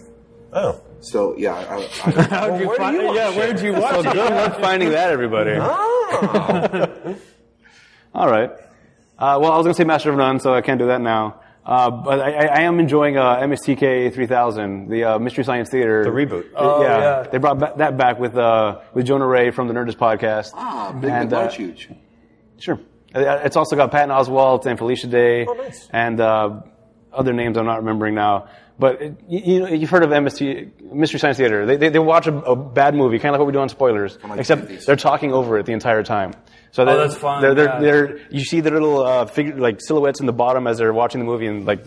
Speaker 4: Oh.
Speaker 5: So yeah, I, I,
Speaker 2: <laughs>
Speaker 5: I,
Speaker 3: How'd you find it? Yeah, where'd you watch it?
Speaker 2: Good luck finding that, everybody. Ah! All right. Uh, well, I was going to say Master of None, so I can't do that now. Uh, but I, I, I am enjoying uh, MSTK 3000, the uh, Mystery Science Theater.
Speaker 4: The reboot.
Speaker 5: Oh,
Speaker 2: Uh, yeah.
Speaker 3: yeah.
Speaker 2: they brought ba- that back with uh, with Jonah Ray from the Nerdist podcast.
Speaker 5: ah, big
Speaker 2: And,
Speaker 5: and
Speaker 2: uh,
Speaker 5: large, huge.
Speaker 2: Sure. Uh, It's also got Patton Oswalt and Felicia Day
Speaker 4: Oh, nice.
Speaker 2: and uh, other names I'm not remembering now. But it, you, you know, you've heard of MST, Mystery Science Theater. They, they, they watch a, a bad movie, kind of like what we do on spoilers,
Speaker 5: From, like,
Speaker 2: except
Speaker 5: 50s.
Speaker 2: they're talking over it the entire time. So they're-
Speaker 3: Oh, that's fun,
Speaker 2: They're, they're,
Speaker 3: yeah.
Speaker 2: they're, you see their little uh, figure, like silhouettes in the bottom as they're watching the movie and like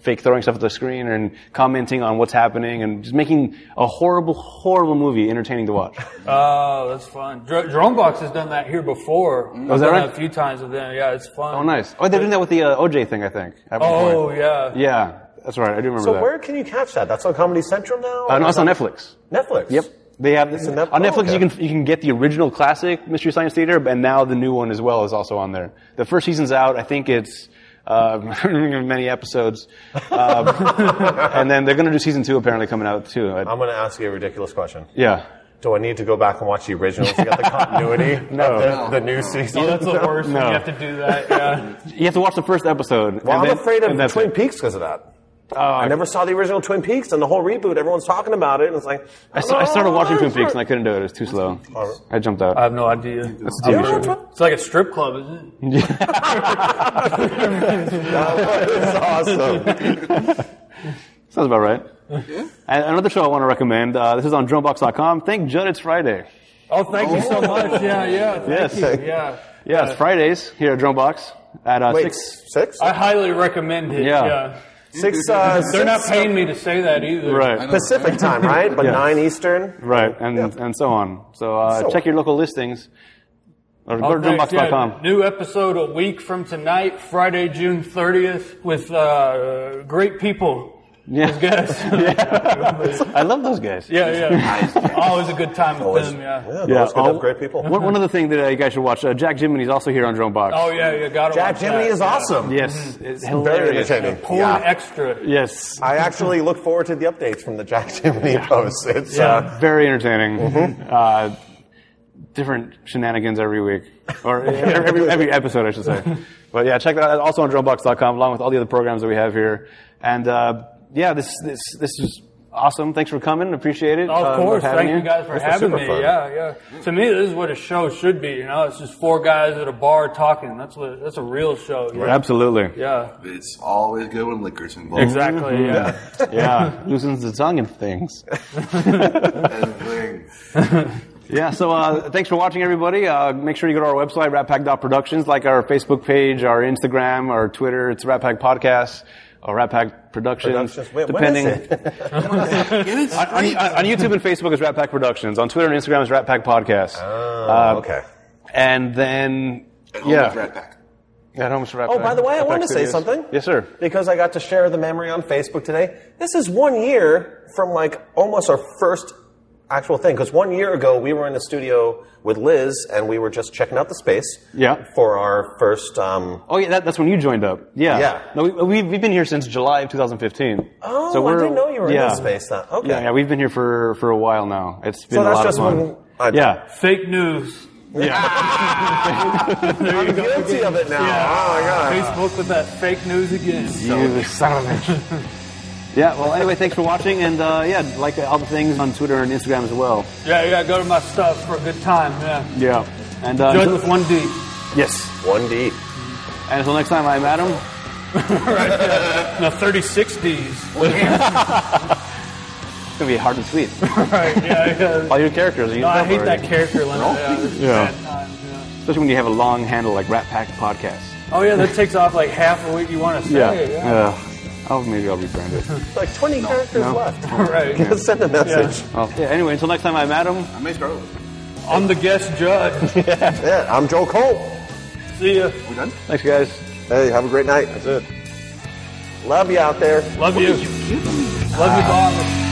Speaker 2: fake throwing stuff at the screen and commenting on what's happening and just making a horrible, horrible movie entertaining to watch.
Speaker 3: Oh, that's fun. Dr- Drone Box has done that here before.
Speaker 2: Mm. Oh, is
Speaker 3: I've
Speaker 2: that
Speaker 3: done
Speaker 2: right?
Speaker 3: A few times with them. Yeah, it's fun.
Speaker 2: Oh, nice. Oh, they're doing that with the uh, OJ thing, I think. at one point.
Speaker 3: Oh, yeah.
Speaker 2: Yeah, that's right. I do remember
Speaker 4: So
Speaker 2: that.
Speaker 4: where can you catch that? That's on Comedy Central now?
Speaker 2: Uh, no, it's on Netflix.
Speaker 4: Netflix.
Speaker 2: Yep. They have this
Speaker 4: a Net-
Speaker 2: on
Speaker 4: oh,
Speaker 2: Netflix.
Speaker 4: okay.
Speaker 2: You can you can get the original classic Mystery Science Theater, and now the new one as well is also on there. The first season's out. I think it's um, <laughs> many episodes,
Speaker 4: <laughs>
Speaker 2: um, and then they're going to do season two apparently coming out too. I-
Speaker 4: I'm going to ask you a ridiculous question.
Speaker 2: yeah.
Speaker 4: Do I need to go back and watch the original to get the continuity
Speaker 2: No.
Speaker 4: of the, the new season?
Speaker 3: Oh, that's the worst when
Speaker 2: No.
Speaker 3: you have to do that.
Speaker 2: <laughs>
Speaker 3: Yeah.
Speaker 2: You have to watch the first episode.
Speaker 4: Well,
Speaker 2: and
Speaker 4: I'm
Speaker 2: then-
Speaker 4: afraid
Speaker 2: and
Speaker 4: of
Speaker 2: that's
Speaker 4: Twin
Speaker 2: it.
Speaker 4: Peaks because of that. I
Speaker 2: Uh,
Speaker 4: never saw the original Twin Peaks and the whole reboot. Everyone's talking about it, and it's like
Speaker 2: I, st- I
Speaker 4: Oh,
Speaker 2: started watching Twin
Speaker 4: <laughs>
Speaker 2: Peaks and I couldn't do it. It was too slow. I jumped
Speaker 4: Uh,
Speaker 2: out.
Speaker 3: I have no idea.
Speaker 2: a TV show.
Speaker 3: It's like a strip club, isn't it?
Speaker 4: awesome.
Speaker 2: <laughs> Sounds about right. And another show I want to recommend. Uh, this is on drumbox.com. Thank Judd. It's Friday.
Speaker 3: Oh, thank you so much. Yeah, yeah. Thank
Speaker 2: Yes.
Speaker 3: you. Yeah.
Speaker 2: Yeah, it's Fridays here at Drumbox at uh,
Speaker 4: Wait,
Speaker 2: six.
Speaker 4: six,
Speaker 3: I highly recommend it.
Speaker 2: Yeah.
Speaker 3: Yeah.
Speaker 4: six, uh,
Speaker 3: They're not
Speaker 4: six
Speaker 3: paying me to say that either.
Speaker 2: Right,
Speaker 4: Pacific time, right? But
Speaker 2: Yeah.
Speaker 4: nine Eastern.
Speaker 2: right, and and so on. So uh,
Speaker 4: So
Speaker 2: check
Speaker 4: on.
Speaker 2: your local listings or
Speaker 3: Oh,
Speaker 2: go to
Speaker 3: thanks, yeah.
Speaker 2: drumbox.com.
Speaker 3: New episode a week from tonight, Friday, June 30th, with uh, uh, great people.
Speaker 2: Yeah.
Speaker 3: Those guys.
Speaker 2: I love those guys.
Speaker 3: <laughs> yeah, yeah. Always a good time with
Speaker 4: Always-
Speaker 3: them.
Speaker 4: yeah,
Speaker 3: Yeah.
Speaker 4: always good to
Speaker 2: oh,
Speaker 4: have great
Speaker 2: <laughs>
Speaker 4: people.
Speaker 2: One, one other thing that uh, you guys should watch. Uh, Jack Jimini's also here on Drone Box.
Speaker 3: Oh yeah, you got to
Speaker 4: Jack Jimmy
Speaker 3: that.
Speaker 4: is awesome.
Speaker 2: yes, it's
Speaker 4: Very
Speaker 2: hilarious.
Speaker 4: entertaining.
Speaker 3: Porn
Speaker 4: Yeah.
Speaker 3: extra.
Speaker 2: Yes,
Speaker 4: I actually look forward to the updates from the Jack Jimmy posts. It's, uh,
Speaker 3: Yeah.
Speaker 2: very entertaining. Uh, different shenanigans every week, or <laughs> every, every episode, I should say. <laughs> But yeah, check that out. Also on drumbox.com, along with all the other programs that we have here. And uh, yeah, this this this is awesome. Thanks for coming. Appreciate it.
Speaker 3: Oh,
Speaker 2: Uh,
Speaker 3: of course.
Speaker 2: having
Speaker 3: Thank you guys for
Speaker 4: This was
Speaker 3: having
Speaker 4: super
Speaker 3: me.
Speaker 4: fun.
Speaker 3: Yeah, yeah. To me, this is what a show should be. You know, it's just four guys at a bar talking. That's what. That's a real show. you know?
Speaker 2: Absolutely.
Speaker 3: Yeah.
Speaker 5: It's always good when liquor's involved.
Speaker 3: Exactly. Yeah.
Speaker 2: <laughs> Yeah, loosens the tongue and things.
Speaker 5: And things.
Speaker 2: Yeah, so uh, thanks for watching, everybody. Uh, make sure you go to our website, ratpack.productions, like our Facebook page, our Instagram, our Twitter. It's Rat Pack Podcast or Rat Pack Productions,
Speaker 4: Productions. Wait, what
Speaker 2: depending. <laughs>
Speaker 4: is
Speaker 5: Get it
Speaker 2: on,
Speaker 5: straight.
Speaker 2: on- on YouTube and Facebook is Rat Pack Productions. On Twitter and Instagram is Rat Pack Podcast. Uh,
Speaker 4: Oh, okay.
Speaker 2: And then,
Speaker 5: Almost
Speaker 2: yeah.
Speaker 5: right back.
Speaker 2: At home is Rat
Speaker 4: Oh,
Speaker 2: Pack-
Speaker 4: by the way, I
Speaker 2: Rat Pack
Speaker 4: wanted to say
Speaker 2: Studios.
Speaker 4: something.
Speaker 2: Yes, sir.
Speaker 4: Because I got to share the memory on Facebook today. This is one year from like almost our first actual thing. Because one year ago, we were in the studio with Liz and we were just checking out the space.
Speaker 2: Yeah.
Speaker 4: For our first. Um,
Speaker 2: Oh, yeah, that, that's when you joined up. Yeah.
Speaker 4: Yeah.
Speaker 2: No, we, we've, we've been here since July of 2015.
Speaker 4: oh,
Speaker 2: so
Speaker 4: I
Speaker 2: we're,
Speaker 4: didn't know you were
Speaker 2: yeah.
Speaker 4: in the space. That okay.
Speaker 2: Yeah, yeah, we've been here for, for a while now. It's been
Speaker 4: so
Speaker 2: a
Speaker 4: that's
Speaker 2: lot
Speaker 4: just
Speaker 2: of fun.
Speaker 4: when. I,
Speaker 2: <laughs> yeah.
Speaker 3: Fake news.
Speaker 4: I'm guilty of it now. Oh my god.
Speaker 3: Facebook with that fake news again.
Speaker 2: You son of a bitch. yeah, well, anyway, thanks for watching, and uh, yeah, like all the things on Twitter and Instagram as well.
Speaker 3: Yeah, yeah. Go to my stuff for a good time. Yeah.
Speaker 2: Yeah. And uh,
Speaker 3: Judge
Speaker 2: until-
Speaker 3: with one D.
Speaker 2: yes.
Speaker 4: One D.
Speaker 2: And until next time, I'm Adam.
Speaker 3: No, thirty six Ds.
Speaker 2: It's gonna be hard and sweet.
Speaker 3: Right. Yeah. <laughs> yeah.
Speaker 2: <laughs> all your characters. Are used
Speaker 3: No, I
Speaker 2: up
Speaker 3: hate
Speaker 2: already.
Speaker 3: that character limit. Yeah. it's
Speaker 2: Yeah.
Speaker 3: bad times, yeah.
Speaker 2: Especially when you have a long handle like Rat Pack Podcast.
Speaker 3: Oh yeah, that takes off like half of what you want to say. Yeah.
Speaker 2: Uh, oh, maybe I'll rebrand it.
Speaker 4: Like 20 characters
Speaker 2: No.
Speaker 4: left.
Speaker 2: <laughs>
Speaker 3: Right.
Speaker 4: Send a message.
Speaker 2: well, Oh, yeah. Anyway, until next time, I'm Adam.
Speaker 5: I may start with it.
Speaker 3: I'm the guest judge.
Speaker 4: Yeah. I'm Joe Cole.
Speaker 3: See ya.
Speaker 5: We done?
Speaker 2: Thanks, guys.
Speaker 4: Hey, have a great night. That's it. Love you out there.
Speaker 3: Love you. Love you, Bob.